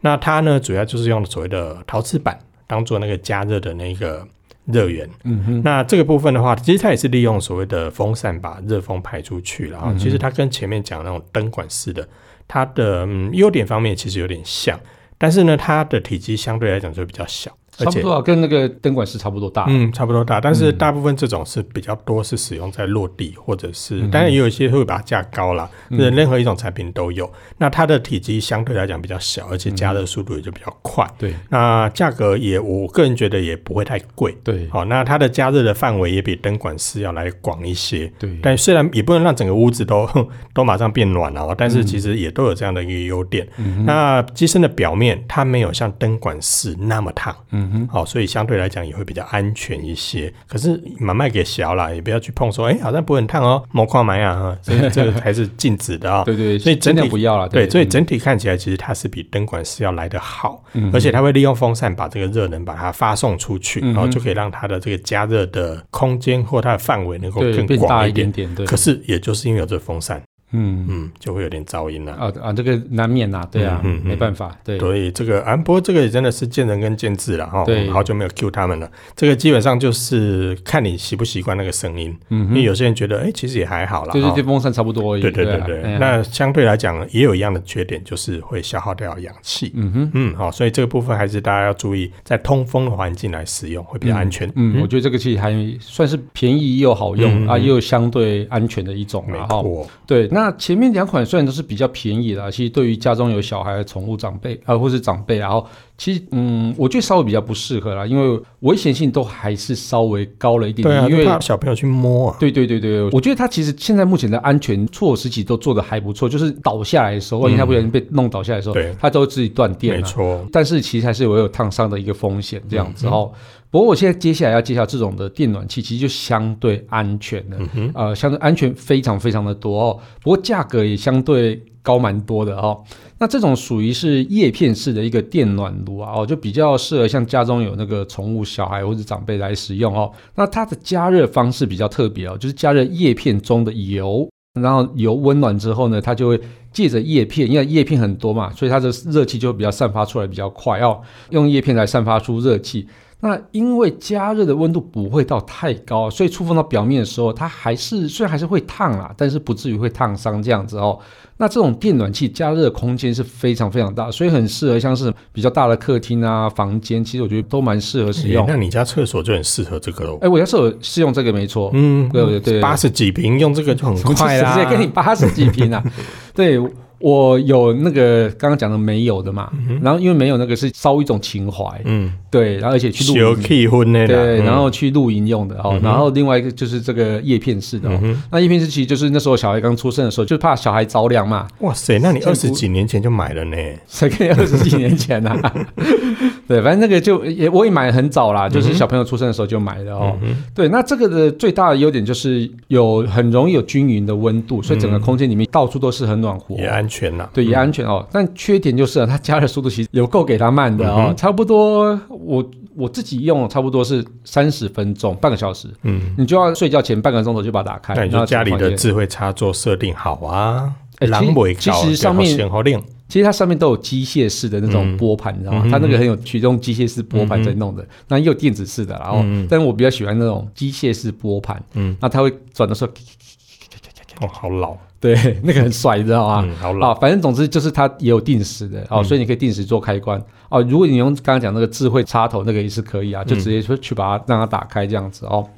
S2: 那它呢，主要就是用所谓的陶瓷板当做那个加热的那个热源。
S1: 嗯哼，
S2: 那这个部分的话，其实它也是利用所谓的风扇把热风排出去了啊。然后其实它跟前面讲的那种灯管式的，它的嗯优点方面其实有点像，但是呢，它的体积相对来讲就比较小，
S1: 差
S2: 而
S1: 不
S2: 且
S1: 多啊，跟那个灯管是差不多大。
S2: 嗯，差不多大，但是大部分这种是比较多是使用在落地，或者是当然也有一些会把它架高啦，就是任何一种产品都有。那它的体积相对来讲比较小，而且加热速度也就比较快。
S1: 对
S2: 那价格也，我个人觉得也不会太贵。
S1: 对
S2: 好，那它的加热的范围也比灯管式要来广一些。
S1: 对，
S2: 但虽然也不能让整个屋子都 都马上变暖了、哦，但
S1: 嗯
S2: 是其实也都有这样的一个优点。那机身的表面它没有像灯管式那么烫，
S1: 嗯哼，
S2: 好、所以相对来讲也会比较安全一些。可是买卖给小啦，也不要去碰说，哎、好像不会很烫哦，某矿买啊，哈所以这个还是禁止的 啊、
S1: 对嗯对，
S2: 所以
S1: 尽
S2: 整
S1: 量
S2: 体
S1: 不要了。
S2: 对，所以整体看起来，其实它是比灯管是要来得好，
S1: 嗯
S2: 而且它会利用风扇把这个热能把它发送出去，
S1: 嗯
S2: 然后就可以让它的这个加热的空间或它的范围能够
S1: 对
S2: 更
S1: 变大
S2: 广
S1: 一
S2: 一点
S1: 点。点，对，
S2: 可是也就是因为有这个风扇，
S1: 嗯。
S2: 嗯，就会有点噪音啦、
S1: 啊啊，这个难免呐、对啊，
S2: 嗯嗯嗯
S1: 没办法，对，
S2: 所以这个安波这个也真的是见仁跟见智了哈，
S1: 对
S2: 好久没有 Q 他们了。这个基本上就是看你习不习惯那个声音，
S1: 嗯
S2: 因为有些人觉得哎、其实也还好啦。
S1: 就是
S2: 哈
S1: 电风扇差不多而已，
S2: 对对对
S1: 啊
S2: 对，
S1: 哎呀
S2: 那相对来讲也有一样的缺点，就是会消耗掉氧气。
S1: 嗯哼，
S2: 嗯，好，所以这个部分还是大家要注意，在通风的环境来使用会比较安全。
S1: 嗯，我觉得这个其实还算是便宜又好用、啊，又相对安全的一种
S2: 嗯没
S1: 啦。哈。
S2: 错，
S1: 对，那前面两款虽然都是比较便宜啦，其实对于家中有小孩、宠物长辈啊、呃或是长辈啊，然后其实嗯，我觉得稍微比较不适合啦，因为危险性都还是稍微高了一点
S2: 对
S1: 点，
S2: 啊，
S1: 因
S2: 就
S1: 为
S2: 怕小朋友去摸啊。
S1: 对对对对，我觉得它其实现在目前的安全措施其实都做得还不错，就是倒下来的时候，万一它不小心被弄倒下来的时候，
S2: 嗯对
S1: 它都自己断电啊
S2: 没
S1: 了、
S2: 错，
S1: 但是其实还是有有烫伤的一个风险这样子哦。不过我现在接下来要介绍这种的电暖器，其实就相对安全的，呃，相对安全非常非常的多哦。不过价格也相对高蛮多的哦。那这种属于是叶片式的一个电暖炉啊，哦，就比较适合像家中有那个宠物、小孩或者长辈来使用哦。那它的加热方式比较特别哦，就是加热叶片中的油。然后油温暖之后呢，它就会借着叶片，因为叶片很多嘛，所以它的热气就会比较散发出来比较快，要用叶片来散发出热气。那因为加热的温度不会到太高，所以触碰到表面的时候，它还是虽然还是会烫啦，但是不至于会烫伤这样子哦。那这种电暖器加热的空间是非常非常大，所以很适合像是比较大的客厅啊、房间，其实我觉得都蛮适合使
S2: 诶
S1: 用。
S2: 那你家厕所就很适合这个喽。
S1: 哎，我要是有试用这个没错，
S2: 嗯，
S1: 对对对对
S2: 八十几平用这个就 很
S1: 我就
S2: 快啊啦。
S1: 直接跟你八十几平 啊。对我有那个刚刚讲的没有的嘛，然后因为没有那个是烧一种情怀，
S2: 嗯，
S1: 对，然后而且去露
S2: 小
S1: 营，
S2: 气氛的啦。
S1: 对，
S2: 嗯
S1: 然后去露营用的哦，然后另外一个就是这个叶片式的哦，
S2: 嗯
S1: 那叶片式其实就是那时候小孩刚出生的时候，就怕小孩着凉嘛，
S2: 哇塞，那你
S1: 现在
S2: 二
S1: 不
S2: 十几年前就买了呢？
S1: 才跟你二十几年前呐、 啊。对，反正那个就也我也买很早啦，就是小朋友出生的时候就买的哦。对，那这个的最大的优点就是有很容易有均匀的温度，所以整个空间里面到处都是很暖和。
S2: 也安全啦。
S1: 对，也安全哦。但缺点就是、啊、 它加热速度其实有够给它慢的哦，差不多我我自己用差不多是三十分钟，半个小时，
S2: 嗯，
S1: 你就要睡觉前半个钟头就把它打开。
S2: 那你
S1: 然
S2: 就
S1: 后
S2: 家里
S1: 整个
S2: 的
S1: 房间
S2: 智慧插座设定好啊。
S1: 哎其
S2: 狼尾
S1: 其
S2: 搞，
S1: 实上面
S2: 先好练。
S1: 其实它上面都有机械式的那种拨盘，你知道吗？它那个很有趣，用机械式拨盘在弄的，那也有电子式的啦，然后，但是我比较喜欢那种机械式拨盘，
S2: 嗯
S1: 嗯，那它会转的时候，
S2: 哦，好老，
S1: 对，那个很帅，你知道吗？
S2: 嗯，好老。嗯
S1: 啊，反正总之就是它也有定时的哦，所以你可以定时做开关哦。如果你用刚刚讲那个智慧插头那个也是可
S2: 嗯
S1: 以啊，就直接去去把它让它打开这样子哦。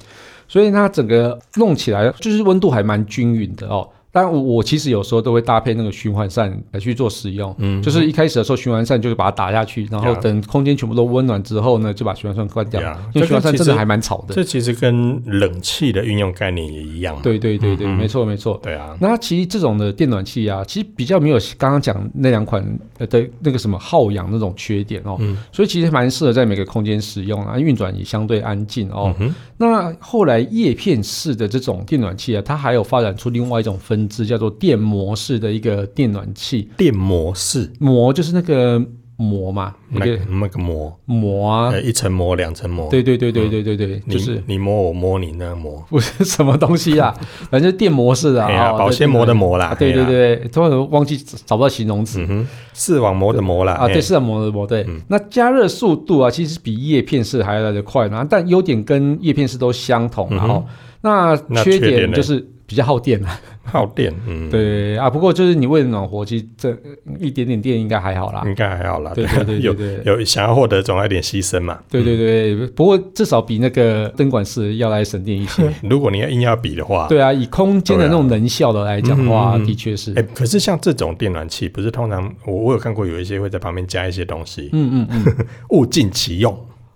S1: 所以它整个弄起来就是温度还蛮均匀的哦。但我我其实有时候都会搭配那个循环扇来去做使用，嗯，就是一开始的时候循环扇就是把它打下去，然后
S2: 呀
S1: 等空间全部都温暖之后呢，就把循环扇关掉
S2: 呀
S1: 因为循环扇
S2: 这个其实
S1: 真的还蛮吵的。
S2: 这其实跟冷气的运用概念也一样嘛。
S1: 对对对
S2: 嗯
S1: 对，没错没错。
S2: 对啊，
S1: 那其实这种的电暖器啊，其实比较没有刚刚讲那两款呃的那个什么耗氧那种缺点哦，
S2: 嗯
S1: 所以其实蛮适合在每个空间使用啊，运转也相对安静哦。
S2: 嗯
S1: 那后来叶片式的这种电暖器啊，它还有发展出另外一种分支，叫做电模式的一个电暖器。
S2: 电模式，
S1: 模就是那个膜嘛，一
S2: 那
S1: 个
S2: 个那个膜，
S1: 膜啊，
S2: 呃，一层膜，两层膜，
S1: 对对对对对对对，
S2: 你
S1: 就是
S2: 你摸我摸你那个膜，
S1: 不是什么东西啊，反正就是电模式的
S2: 哎呀，
S1: 啊，
S2: 保鲜膜的膜啦
S1: 啊，，对对
S2: 嘿啦，
S1: 对，突然忘记找不到形容词。
S2: 嗯哼，视网膜的膜啦，
S1: 啊，
S2: 嘿嗯
S1: 对，，视网膜的膜对。那加热速度啊，其实比叶片式还要来得快呢，但优点跟叶片式都相同然后、
S2: 嗯那
S1: 那缺
S2: 缺点
S1: 点
S2: 呢
S1: 就是比较耗电啊。
S2: 耗电，嗯，，
S1: 对啊，不过就是你为了暖和，其实这一点点电应该还好啦。
S2: 应该还好啦，
S1: 对对对
S2: 有
S1: 对对
S2: 有想要获得总要有点牺牲嘛，
S1: 对对对，不过至少比那个灯管式要来省电一些。
S2: 如果你要硬要比的话，
S1: 对啊，以空间的
S2: 嗯对啊
S1: 那种能效的来讲的话，
S2: 嗯嗯嗯
S1: 的确是。
S2: 哎，可是像这种电暖器，不是通常我我有看过有一些会在旁边加一些东西，
S1: 嗯嗯嗯，
S2: 物尽其用，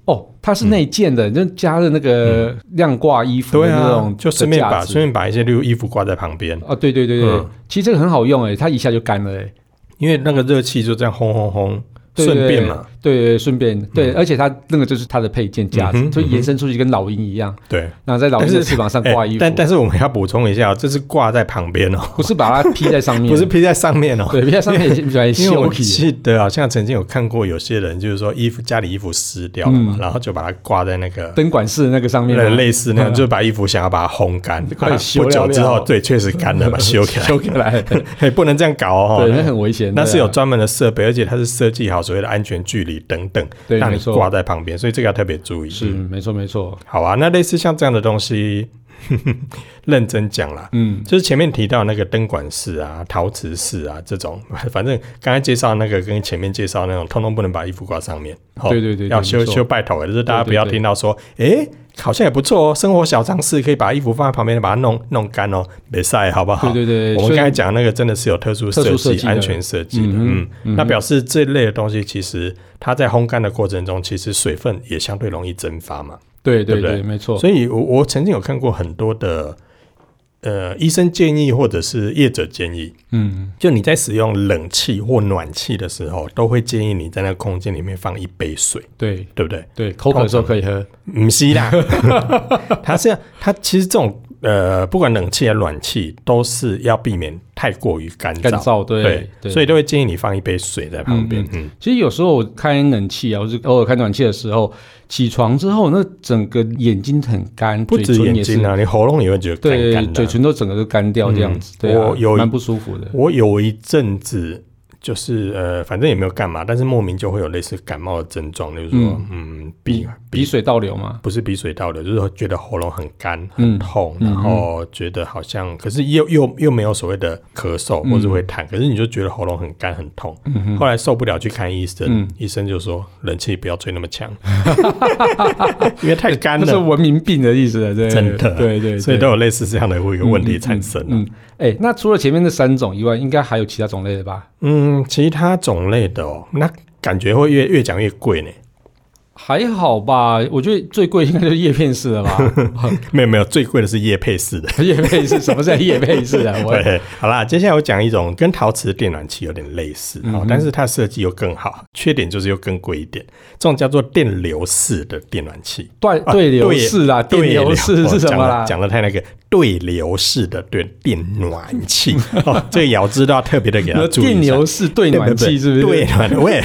S1: 哦，它
S2: 嗯
S1: 是内建的，就加热那个晾挂衣服的
S2: 对
S1: 那
S2: 啊
S1: 种，
S2: 就
S1: 的
S2: 顺便
S1: 架
S2: 把
S1: 子
S2: 顺便把一些绿衣服挂在旁边，
S1: 啊，对对对对，
S2: 嗯
S1: 其实这个很好用诶，它一下就干了诶。
S2: 因为那个热气就这样轰轰轰，
S1: 对
S2: 顺便嘛，，
S1: 对对对，顺便对，而且它那个就是它的配件架
S2: 嗯
S1: 子
S2: 哼，
S1: 就延伸出去跟老鹰一样，
S2: 对。
S1: 然后在老鹰
S2: 但
S1: 的
S2: 是
S1: 翅膀上挂衣
S2: 哎
S1: 服，
S2: 但但是我们要补充一下哦，这是挂在旁边哦，
S1: 不是把它披在上面，
S2: 不是披在上面哦。
S1: 对，披在上面也比较
S2: 因为我
S1: 羞耻。
S2: 记得好像曾经有看过有些人，就是说衣服家里衣服湿掉了嘛，
S1: 嗯
S2: 然后就把它挂在那个
S1: 灯管式的那个上面
S2: 类
S1: 嘛，
S2: 类似那样，就把衣服想要把它烘干，
S1: 快
S2: 啊
S1: 修哦
S2: 不久
S1: 了
S2: 之后，
S1: 了
S2: 对，确实干了，把它修 起来，
S1: 修起来，对，
S2: 嘿不能这样搞 哦。
S1: 那很危险。
S2: 那
S1: 对啊
S2: 是有专门的设备，而且它是设计好所谓的安全距离等等，
S1: 对
S2: 让你
S1: 没错
S2: 挂在旁边，所以这个要特别注意。
S1: 是嗯没错没错，
S2: 好啊，那类似像这样的东西， 认真讲啦，
S1: 嗯，
S2: 就是前面提到那个灯管式啊、陶瓷式啊这种， 反正刚才介绍那个跟前面介绍那种，通通不能把衣服挂上面。齁
S1: 对对对对
S2: 要修
S1: 没错
S2: 修拜头的，就是大家
S1: 对对
S2: 不要
S1: 对
S2: 听到说，诶，好像也不错哦，生活小常识可以把衣服放在旁边，把它弄弄干哦，没晒，好不好？
S1: 对对对，
S2: 我
S1: 所
S2: 们
S1: 以
S2: 刚才讲那个真的是有特殊
S1: 特
S2: 设
S1: 殊设
S2: 计、
S1: 计的
S2: 安全设计的，
S1: 嗯
S2: 嗯，那表示这类的东西其实它在烘干的过程中，其实水分也相对容易蒸发嘛。
S1: 对对
S2: 对不对
S1: 对，没错，
S2: 所以我我曾经有看过很多的呃医生建议或者是业者建议，
S1: 嗯，
S2: 就你在使用冷气或暖气的时候，都会建议你在那个空间里面放一杯水，
S1: 对
S2: 对不对？
S1: 对，口渴的时候可以喝，
S2: 唔是啦，它是它其实这种。呃，不管冷气还是暖气，都是要避免太过于干
S1: 干
S2: 燥。
S1: 燥，对
S2: 对，
S1: 对，
S2: 所以都会建议你放一杯水在旁边。嗯，
S1: 其实有时候我开冷气啊，或是偶尔开暖气的时候，起床之后，那整个眼睛很干，
S2: 不止
S1: 嘴唇
S2: 眼
S1: 也是
S2: 睛啊，你喉咙也会觉得干
S1: 对，
S2: 干的
S1: 嘴
S2: 啊。
S1: 唇都整个都干掉这样子，
S2: 嗯
S1: 对、啊，
S2: 我有
S1: 蛮不舒服的。
S2: 我有一阵子就是呃，反正也没有干嘛，但是莫名就会有类似感冒的症状，就是说，嗯，鼻
S1: 鼻水倒流嘛，
S2: 不是鼻水倒流，就是觉得喉咙很干、
S1: 嗯
S2: 很痛，然后觉得好像，可是又又又没有所谓的咳
S1: 嗯
S2: 嗽或是会痰，可是你就觉得喉咙很干、很痛。后来受不了去看医生，
S1: 嗯
S2: 医生就说冷气不要吹那 么强，因为太干
S1: 那是
S2: 了，
S1: 文明病的意思了，对，
S2: 真的
S1: 对对，
S2: 所以
S1: 对
S2: 都有类似这样的一个问题产生啊。
S1: 嗯，哎、那除了前面那三种以外，应该还有其他种类的吧？
S2: 嗯，其他种类的哦，那感觉会越越讲越贵呢。
S1: 还好吧，我觉得最贵应该就是叶片式的吧。
S2: 没有没有，最贵的是叶配式的。
S1: 叶片式什么叫叶片式 啊？我
S2: 对，好啦，接下来我讲一种跟陶瓷电暖器有点类似，
S1: 嗯
S2: 好、但是它设计又更好，缺点就是又更贵一点。这种叫做电流式的电暖器，
S1: 断
S2: 啊
S1: 对流式啦，
S2: 对
S1: 电流式是什么
S2: 哦
S1: 啦？
S2: 讲的太那个，对流式的对电暖器， 哦，这个咬字都要特别的给它
S1: 有
S2: 注意
S1: 电
S2: 一下。
S1: 流式对暖器是不是？
S2: 对暖喂，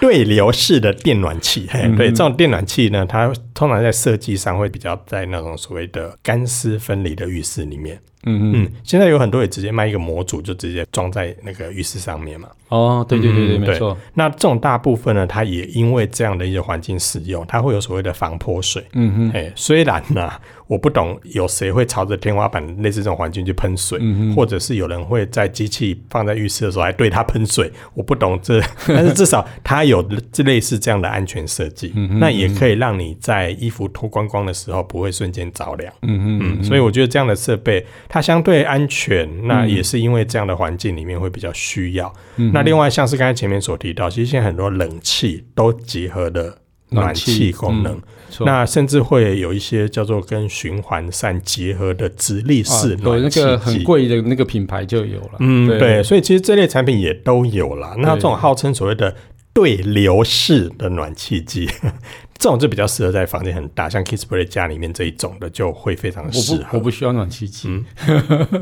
S2: 对流式的电暖器，嘿，对这种电暖器呢，它通常在设计上会比较在那种所谓的干湿分离的浴室里面。
S1: 嗯
S2: 嗯，现在有很多也直接卖一个模组，就直接装在那个浴室上面嘛。
S1: 哦，对对对对，
S2: 嗯
S1: 没错，
S2: 那这种大部分呢，它也因为这样的一些环境使用，它会有所谓的防泼水。
S1: 嗯哼，
S2: 哎、虽然呢、我不懂有谁会朝着天花板类似这种环境去喷水，
S1: 嗯
S2: 或者是有人会在机器放在浴室的时候还对它喷水，我不 懂这，但是至少它有这类似这样的安全设计，
S1: 嗯
S2: 那也可以让你在衣服脱光光的时候不会瞬间着凉。
S1: 嗯哼，
S2: 嗯，所以我觉得这样的设备它相对安全，那
S1: 嗯
S2: 也是因为这样的环境里面会比较需要。那另外像是刚才前面所提到，其实现在很多冷气都结合了暖气功能，
S1: 嗯错
S2: 那甚至会有一些叫做跟循环扇结合的直立
S1: 啊
S2: 式
S1: 有
S2: 暖
S1: 那
S2: 气
S1: 个很
S2: 机。
S1: 贵的那个品牌就有了，
S2: 嗯，
S1: 对
S2: 对，所以其实这类产品也都有啦。那这种号称所谓的对流式的暖气机， 这种就比较适合在房间很大，像 Kissplay 家里面这一种的就会非常适
S1: 我
S2: 合
S1: 不。我不需要暖气机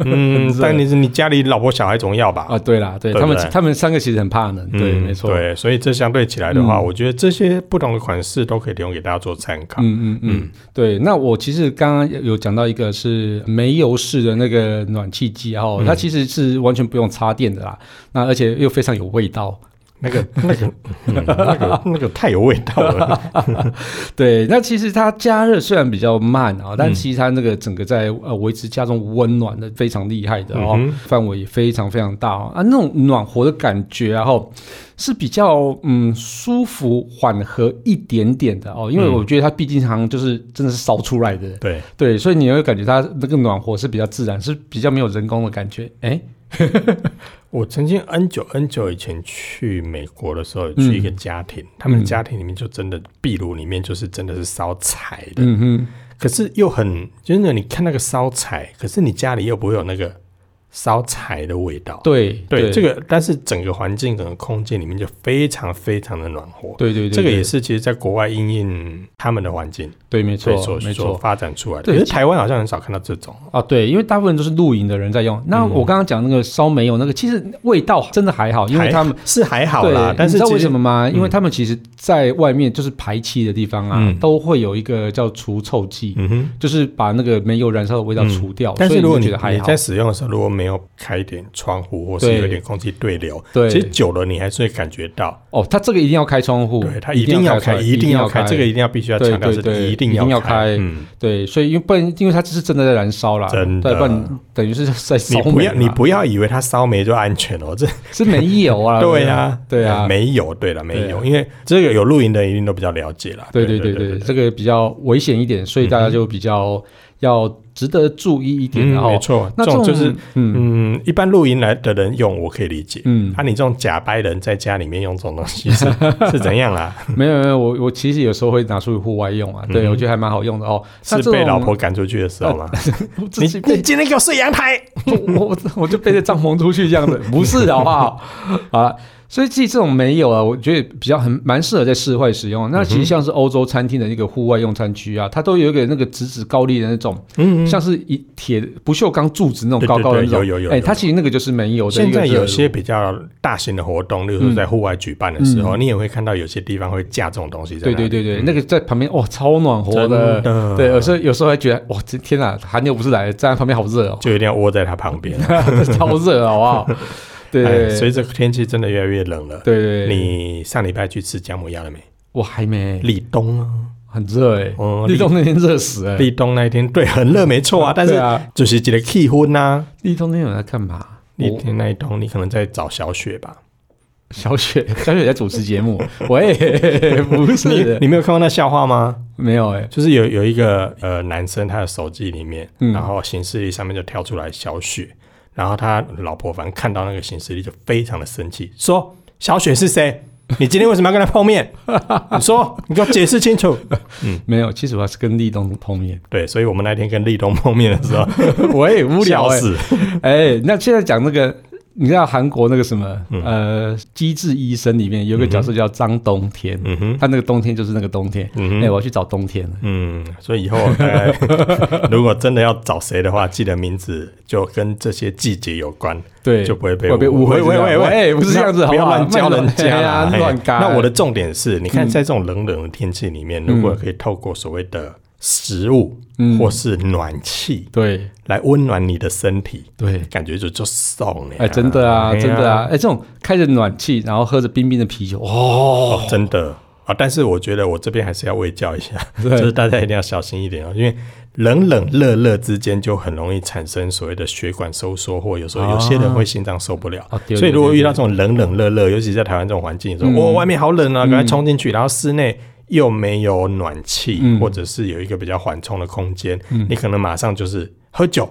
S2: 嗯，但你你家里老婆小孩总要吧？
S1: 啊，对啦，对
S2: 对
S1: 他
S2: 不
S1: 们
S2: 对
S1: 他们三个其实很怕冷，对，
S2: 嗯
S1: 没错，嗯
S2: 对，所以这相对起来的话，我觉得这些不同的款式都可以提供给大家做参考。
S1: 嗯嗯嗯，对。那我其实刚刚有讲到一个是煤油式的那个暖气机哈、
S2: 嗯
S1: 它其实是完全不用插电的啦，那而且又非常有味道。
S2: 那个、那个、嗯那个、那个太有味道了。
S1: 对，那其实它加热虽然比较慢啊，
S2: 嗯
S1: 但其实它那个整个在呃维持家中温暖的非常厉害的哦，
S2: 嗯
S1: 范围也非常非常大哦啊，那种暖和的感觉啊、后是比较嗯舒服缓和一点点的哦，因
S2: 嗯
S1: 为我觉得它毕竟好像就是真的是烧出来的，
S2: 对，
S1: 对，所以你会感觉它那个暖和是比较自然，是比较没有人工的感觉。哎，
S2: 我曾经 N 久 N 久以前去美国的时候，去一个家庭，
S1: 嗯
S2: 他们家庭里面就真的壁炉里面就是真的是烧柴的，
S1: 嗯哼，
S2: 可是又很就是你看那个烧柴，可是你家里又不会有那个烧柴的味道。
S1: 对
S2: 对，这
S1: 个，
S2: 个但是整个环境、整个空间里面就非常非常的暖和。
S1: 对对对，
S2: 这个
S1: 对
S2: 也是其实在国外因应他们的环境，
S1: 对，没
S2: 所以
S1: 错
S2: 所，
S1: 没
S2: 所
S1: 错
S2: 发展出来的。
S1: 对
S2: 可是台湾好像很少看到这种。
S1: 啊，对，因为大部分都是露营的人在用。那
S2: 嗯
S1: 我刚刚讲那个烧煤油那个，其实味道真的还好，因为
S2: 还
S1: 他们。
S2: 是还好
S1: 对
S2: 啦，，但
S1: 你
S2: 是
S1: 知道
S2: 其
S1: 为
S2: 实嗯
S1: 什么吗？因为他们其实在外面就是排气的地方啊，
S2: 嗯
S1: 都会有一个叫除臭剂，
S2: 嗯哼。
S1: 就是把那个煤油燃烧的味道除掉。
S2: 但是
S1: 哦所以
S2: 如果
S1: 你
S2: 你
S1: 就觉得还
S2: 你
S1: 好
S2: 在，使用的时候，如果没有开一点窗户，或是
S1: 对
S2: 有一点空气对流，
S1: 对
S2: 其实久了你还是会感觉到，
S1: 哦，它这个一定要开窗户，
S2: 对，它一定要开，
S1: 窗
S2: 一定要
S1: 开，
S2: 开，这个一定要必须要
S1: 对
S2: 强调
S1: 对
S2: 是
S1: 对
S2: 一定
S1: 一定要
S2: 要
S1: 开
S2: 嗯，
S1: 对，所以因为不然，因为它这是真的在燃烧啦，
S2: 真的
S1: 对，不然等于是在烧
S2: 你不
S1: 煤
S2: 要
S1: 啦，
S2: 你不要以为它烧煤就安全哦，这
S1: 是煤油啊？
S2: 对呀，
S1: 对啊，
S2: 没有，对了，没
S1: 对啊
S2: 有，因为这个有露营的一定都比较了解啦，
S1: 对
S2: 对
S1: 对对对，这个比较危险一点，所以大家就比较要值得注意一点，
S2: 嗯，
S1: 然后
S2: 没错，
S1: 那
S2: 这
S1: 这
S2: 种
S1: 种
S2: 就是
S1: 嗯
S2: 嗯，一般露营来的人用我可以理解，
S1: 嗯，
S2: 啊，你这种假掰人在家里面用这种东 西是是怎样啊啦？
S1: 没有没有，我我其实有时候会拿出去户外用啊，对我觉得还蛮好用的哦。那
S2: 嗯是
S1: 这
S2: 被
S1: 种
S2: 老 婆赶出去的时候吗？
S1: 我自
S2: 你
S1: 己
S2: 你
S1: 被
S2: 今天给我睡阳台，
S1: 我我我就背着帐篷出去这样子，不是好不好？啊，所以其实这种没有啊，我觉得比较很蛮适合在室外使用。那其实像是欧洲餐厅的那个户外用餐区啊，它都有一个那个直指高丽的那种，
S2: 嗯，嗯
S1: 像是一铁不锈钢柱子那种
S2: 对
S1: 高
S2: 对
S1: 高的
S2: 对
S1: 那种。
S2: 有有有
S1: 哎，
S2: 有
S1: 它其实那个就是没有的一
S2: 现
S1: 个嗯
S2: 在
S1: 热
S2: 有
S1: 炉
S2: 些比较大型的活动，例如说在户外举办的时候，你也会看到有些地方会架这种东西在那
S1: 对
S2: 里。
S1: 嗯对对对，那个在旁边哇，超暖和
S2: 真
S1: 嗯的，
S2: 的
S1: 对，有时候有时候还觉得哇，这天啊，寒流不是来了，站在旁边好热 哦，
S2: 就一定要窝在它旁边。
S1: 超热好不好？ 对
S2: 哎
S1: 对
S2: 随着天气真的越来越冷了。
S1: 对对，
S2: 你上礼拜去吃姜母鸭了没？
S1: 我还没
S2: 立冬啊，
S1: 很热哎，
S2: 哦
S1: 立冬那天热死了，
S2: 立冬那一天对很热没错啊，但
S1: 对
S2: 是
S1: 啊，
S2: 就是这个气氛呐。
S1: 立冬那天有在干嘛？
S2: 立
S1: 我
S2: 天那一冬，你可能在找小雪吧？
S1: 小雪， 小雪在主持节 目，喂，不
S2: 你
S1: 是，
S2: 你没有看过那笑话吗？
S1: 没有哎，
S2: 就是有有一个呃男生，他的手机里面，
S1: 嗯
S2: 然后行事历上面就跳出来小雪，然后他老婆反正看到那个行事历就非常的生气，说小雪是谁？你今天为什么要跟他 碰面？你说，你给我解释清楚。
S1: 没有，其实我还是跟立冬碰 面，
S2: 对，所以我们那天跟立冬碰面的时候，
S1: 我也 无聊
S2: 笑
S1: 哎，
S2: 死。
S1: 哎，那现在讲那个，你知道韩国那个什么，
S2: 嗯
S1: 呃，《机智医生》里面有一个角色叫张冬天，
S2: 嗯哼，
S1: 他那个冬天就是那个冬天。
S2: 嗯
S1: 哎、
S2: 哼，
S1: 我要去找冬天了。
S2: 嗯，所以以后大概 如果真的要找谁的话，记得名字就跟这些季节有关，
S1: 对，
S2: 就不会被
S1: 会被误会。
S2: 喂喂喂
S1: 哎，不是这样子，
S2: 不要
S1: 好好
S2: 乱教人家啦
S1: 哎呀
S2: 哎
S1: 乱嗯嘎。
S2: 那我的重点是，你看在这种冷冷的天气里面，如果可以透过所谓的食物
S1: 嗯
S2: 或是暖气
S1: 对
S2: 来温暖你的身体，
S1: 对，
S2: 感觉就就送了呀。
S1: 哎，真的啊，
S2: 哎呀
S1: 真的啊，哎，这种开着暖气，然后喝着冰冰的啤酒，哇，
S2: 哦，真的啊！但是我觉得我这边还是要喂教一下，就
S1: 对
S2: 是大家一定要小心一点哦，因为冷冷热热之间就很容易产生所谓的血管收缩，或有时候有些人会心脏受不了。
S1: 啊对
S2: 所以如果
S1: 对对
S2: 遇到这种冷冷热热，尤其在台湾这种环境，说我、哦、外面好冷啊，赶快冲进去，然后室内。又没有暖气，或者是有一个比较缓冲的空间，你可能马上就是喝酒、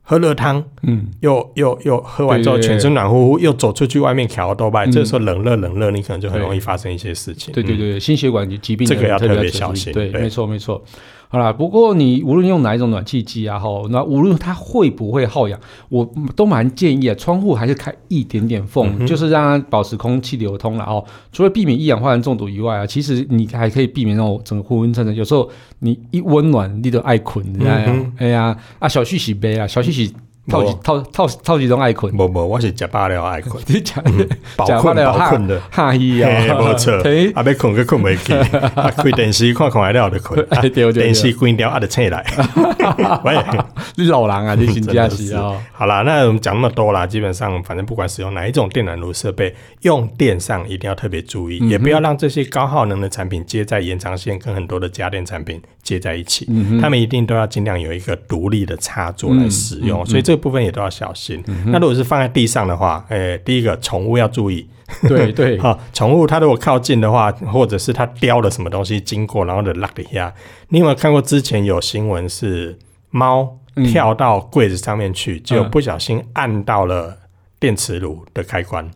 S2: 喝热汤，
S1: 嗯，
S2: 又又又喝完之后
S1: 对对对嗯
S2: 全身暖乎乎，又走出去外面烤豆瓣，这时候冷热冷热，你可能就很容易发生一些事情。
S1: 对对
S2: 嗯，
S1: 对，心血管疾病
S2: 这个
S1: 的人
S2: 要
S1: 特
S2: 特别
S1: 注
S2: 小
S1: 意
S2: 心
S1: 对，
S2: 对
S1: 没错没错。好啦，不过你无论用哪一种暖气机啊，吼，那无论它会不会耗氧，我都蛮建议啊，窗户还是开一点点
S2: 嗯
S1: 缝，就是让它保持空气流通了哦。除了避免一氧化碳中毒以外啊，其实你还可以避免那种整个昏昏沉沉。有时候你一温暖，你都爱困，你知道吗
S2: 嗯
S1: 哎呀，啊小旭喜杯啊，小旭喜套几
S2: 没
S1: 套套套几种爱困，
S2: 嗯不不，我是吃饱了爱困
S1: ，你讲
S2: 嗯饱
S1: 讲话
S2: 困
S1: 了
S2: 饱
S1: 哈
S2: 困的，
S1: 哈伊
S2: 嘿
S1: 啊，，
S2: 没 错
S1: 对，
S2: 啊，要困个困不起，啊，开电视看看完了就困
S1: 哎对对对
S2: 电视关掉啊就醒 来。 喂，
S1: 你老狼啊，你新
S2: 真
S1: 加
S2: 的
S1: 西
S2: 是
S1: 啊。
S2: 好啦，那我们讲那么多啦，基本上反正不管使用哪一种电暖炉设备，用电上一定要特别注意，也不要让这些高耗能的产品接在延长线跟很多的家电产品接在一起，他们一定都要尽量有一个独立的插座来使用，所以这个部分也都要小心。那如果是放在地上的话，诶、第一个宠物要注意，
S1: 对 对，
S2: 好，宠物它如果靠近的话，或者是它叼了什么东西经过，然后就落底下。你有没有看过之前有新闻是猫
S1: 嗯
S2: 跳到柜子上面去，就不小心按到了电磁炉的开 关，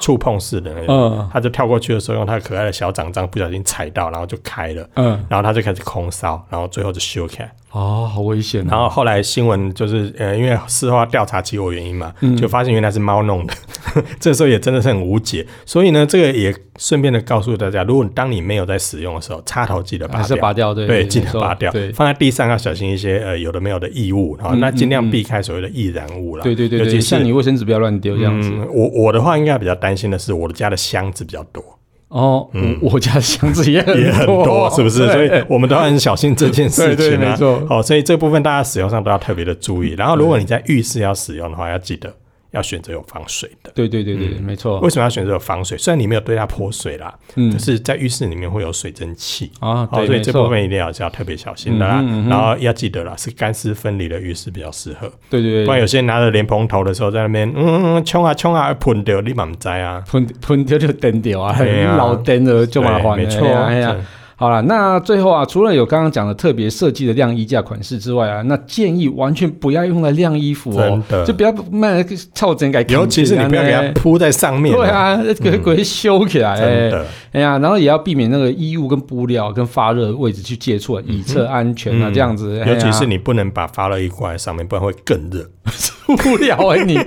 S2: 触碰式的那种，
S1: 嗯
S2: 它就跳过去的时候，用它可爱的小掌掌不小心踩到，然后就开了。
S1: 嗯，
S2: 然后它就开始空烧，然后最后就修起来。
S1: 哦，好危险啊！
S2: 然后后来新闻就是，呃，因为事后要调查起火原因嘛，
S1: 嗯
S2: 就发现原来是猫弄的。 这时候也真的是很无解。所以呢，这个也顺便的告诉大家，如果当你没有在使用的时候，插头记得拔
S1: 还是
S2: 掉。
S1: 拔掉，对
S2: 对，
S1: 没
S2: 记得
S1: 错
S2: 拔掉
S1: 对，嗯
S2: 放在地上要小心一些，呃，有的没有的异物啊，那尽量避开所谓的易燃物啦。
S1: 对对对
S2: 尤其
S1: 对，
S2: 是
S1: 像你卫生纸不要乱丢这样子。
S2: 嗯，我我的话应该比较担心的是，我的家的箱子比较多，
S1: 哦，我我家的箱子也
S2: 嗯也
S1: 很
S2: 很多，是不是？
S1: 对
S2: 所以我们都要很小心这件事情、啊。
S1: 对对没错
S2: 好、所以这部分大家使用上都要特别的注意。然后，如果你在浴室要使用的话，要记得要选择有防水的。
S1: 对对对对
S2: 嗯
S1: 对，没错
S2: 为什么要选择有防水？虽然你没有对它泼水啦，
S1: 嗯
S2: 可是在浴室里面会有水蒸气。
S1: 啊，
S2: 好、
S1: 对，
S2: 所以
S1: 没
S2: 这部
S1: 错，嗯
S2: 分一定要是要特别小心的啦。然后要记得啦，是干湿分离的浴室比较适合，
S1: 对对
S2: 不然
S1: 对，
S2: 有些人拿着莲蓬头的时候在那边，嗯嗯，冲啊冲啊，喷掉立马栽啊。
S1: 喷喷掉就灯掉啊，
S2: 对啊
S1: 老灯了就麻烦了，
S2: 对没错
S1: 哎呀哎呀
S2: 对。
S1: 好了，那最后啊，除了有刚刚讲的特别设计的晾衣架款式之外啊，那建议完全不要用来晾衣服哦
S2: 真，的
S1: 就不要卖超整改，啊
S2: 尤其是你不要给它铺在上面、哦嗯
S1: 对，啊，给鬼修起来、
S2: 真的，
S1: 哎呀，然后也要避免那个衣物跟布料跟发热的位置去接触，啊，以测安全啊，
S2: 嗯
S1: 这样子。哎呀
S2: 尤其是你不能把发热衣挂在上面，不然会更热。
S1: 无聊哎、 你，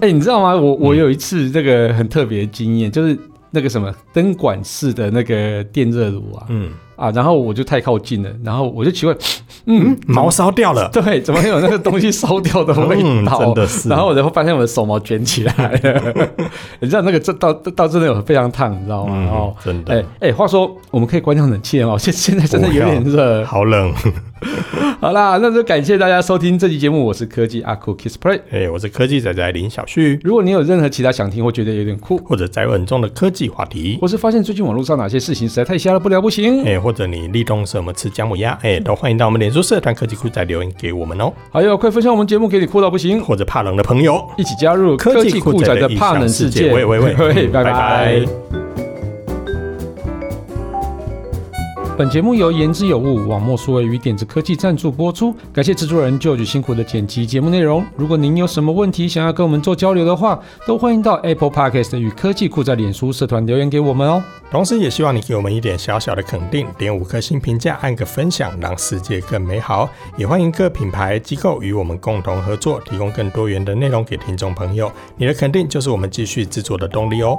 S1: 哎、你知道吗？
S2: 嗯
S1: 我我有一次这个很特别的经验，就是那个什么灯管式的那个电热炉啊、
S2: 嗯，
S1: 啊，然后我就太靠近了，然后我就 奇怪，嗯，
S2: 毛烧 掉了，
S1: 对，怎么会有那个东西烧掉的味
S2: 嗯，
S1: 道？
S2: 真的是。
S1: 然后我就发现我的手毛卷起来 了，你知道那个这到到真的有非常烫，你知道吗？
S2: 嗯，
S1: 哦，
S2: 真
S1: 哎
S2: 的、
S1: 哎、话说我们可以关掉冷气了吗？ 现现在真的有点热。
S2: 好冷。
S1: 好啦，那就感谢大家收听这期节目，我是科技阿酷 Kiss Play。
S2: 哎、我是科技仔仔林小旭，
S1: 如果你有任何其他想听或觉得有点酷，
S2: 或者宅稳重的科技话题，
S1: 或是发现最近网络上哪些事情实在太瞎了不聊不行，
S2: 哎、或者你立冬什么吃姜母鸭，哎、都欢迎到我们脸书社团科技酷仔留言给我们哦。
S1: 还有快分享我们节目给你酷到不行，
S2: 或者怕冷的朋友，
S1: 一起加入
S2: 科技酷
S1: 宅
S2: 宅
S1: 的
S2: 的
S1: 怕冷世界。
S2: 喂喂喂
S1: 喂，拜
S2: 拜
S1: 拜
S2: 拜。
S1: 本节目由言之有物网络数位与点子科技赞助播出，感谢制作人 George 辛苦的剪辑节目内容。如果您有什么问题想要跟我们做交流的话，都欢迎到 Apple Podcast 与科技酷宅脸书社团留言给我们哦。
S2: 同时也希望你给我们一点小小的肯定，点五颗星评价，按个分享，让世界更美好。也欢迎各品牌机构与我们共同合作，提供更多元的内容给听众朋友。你的肯定就是我们继续制作的动力哦。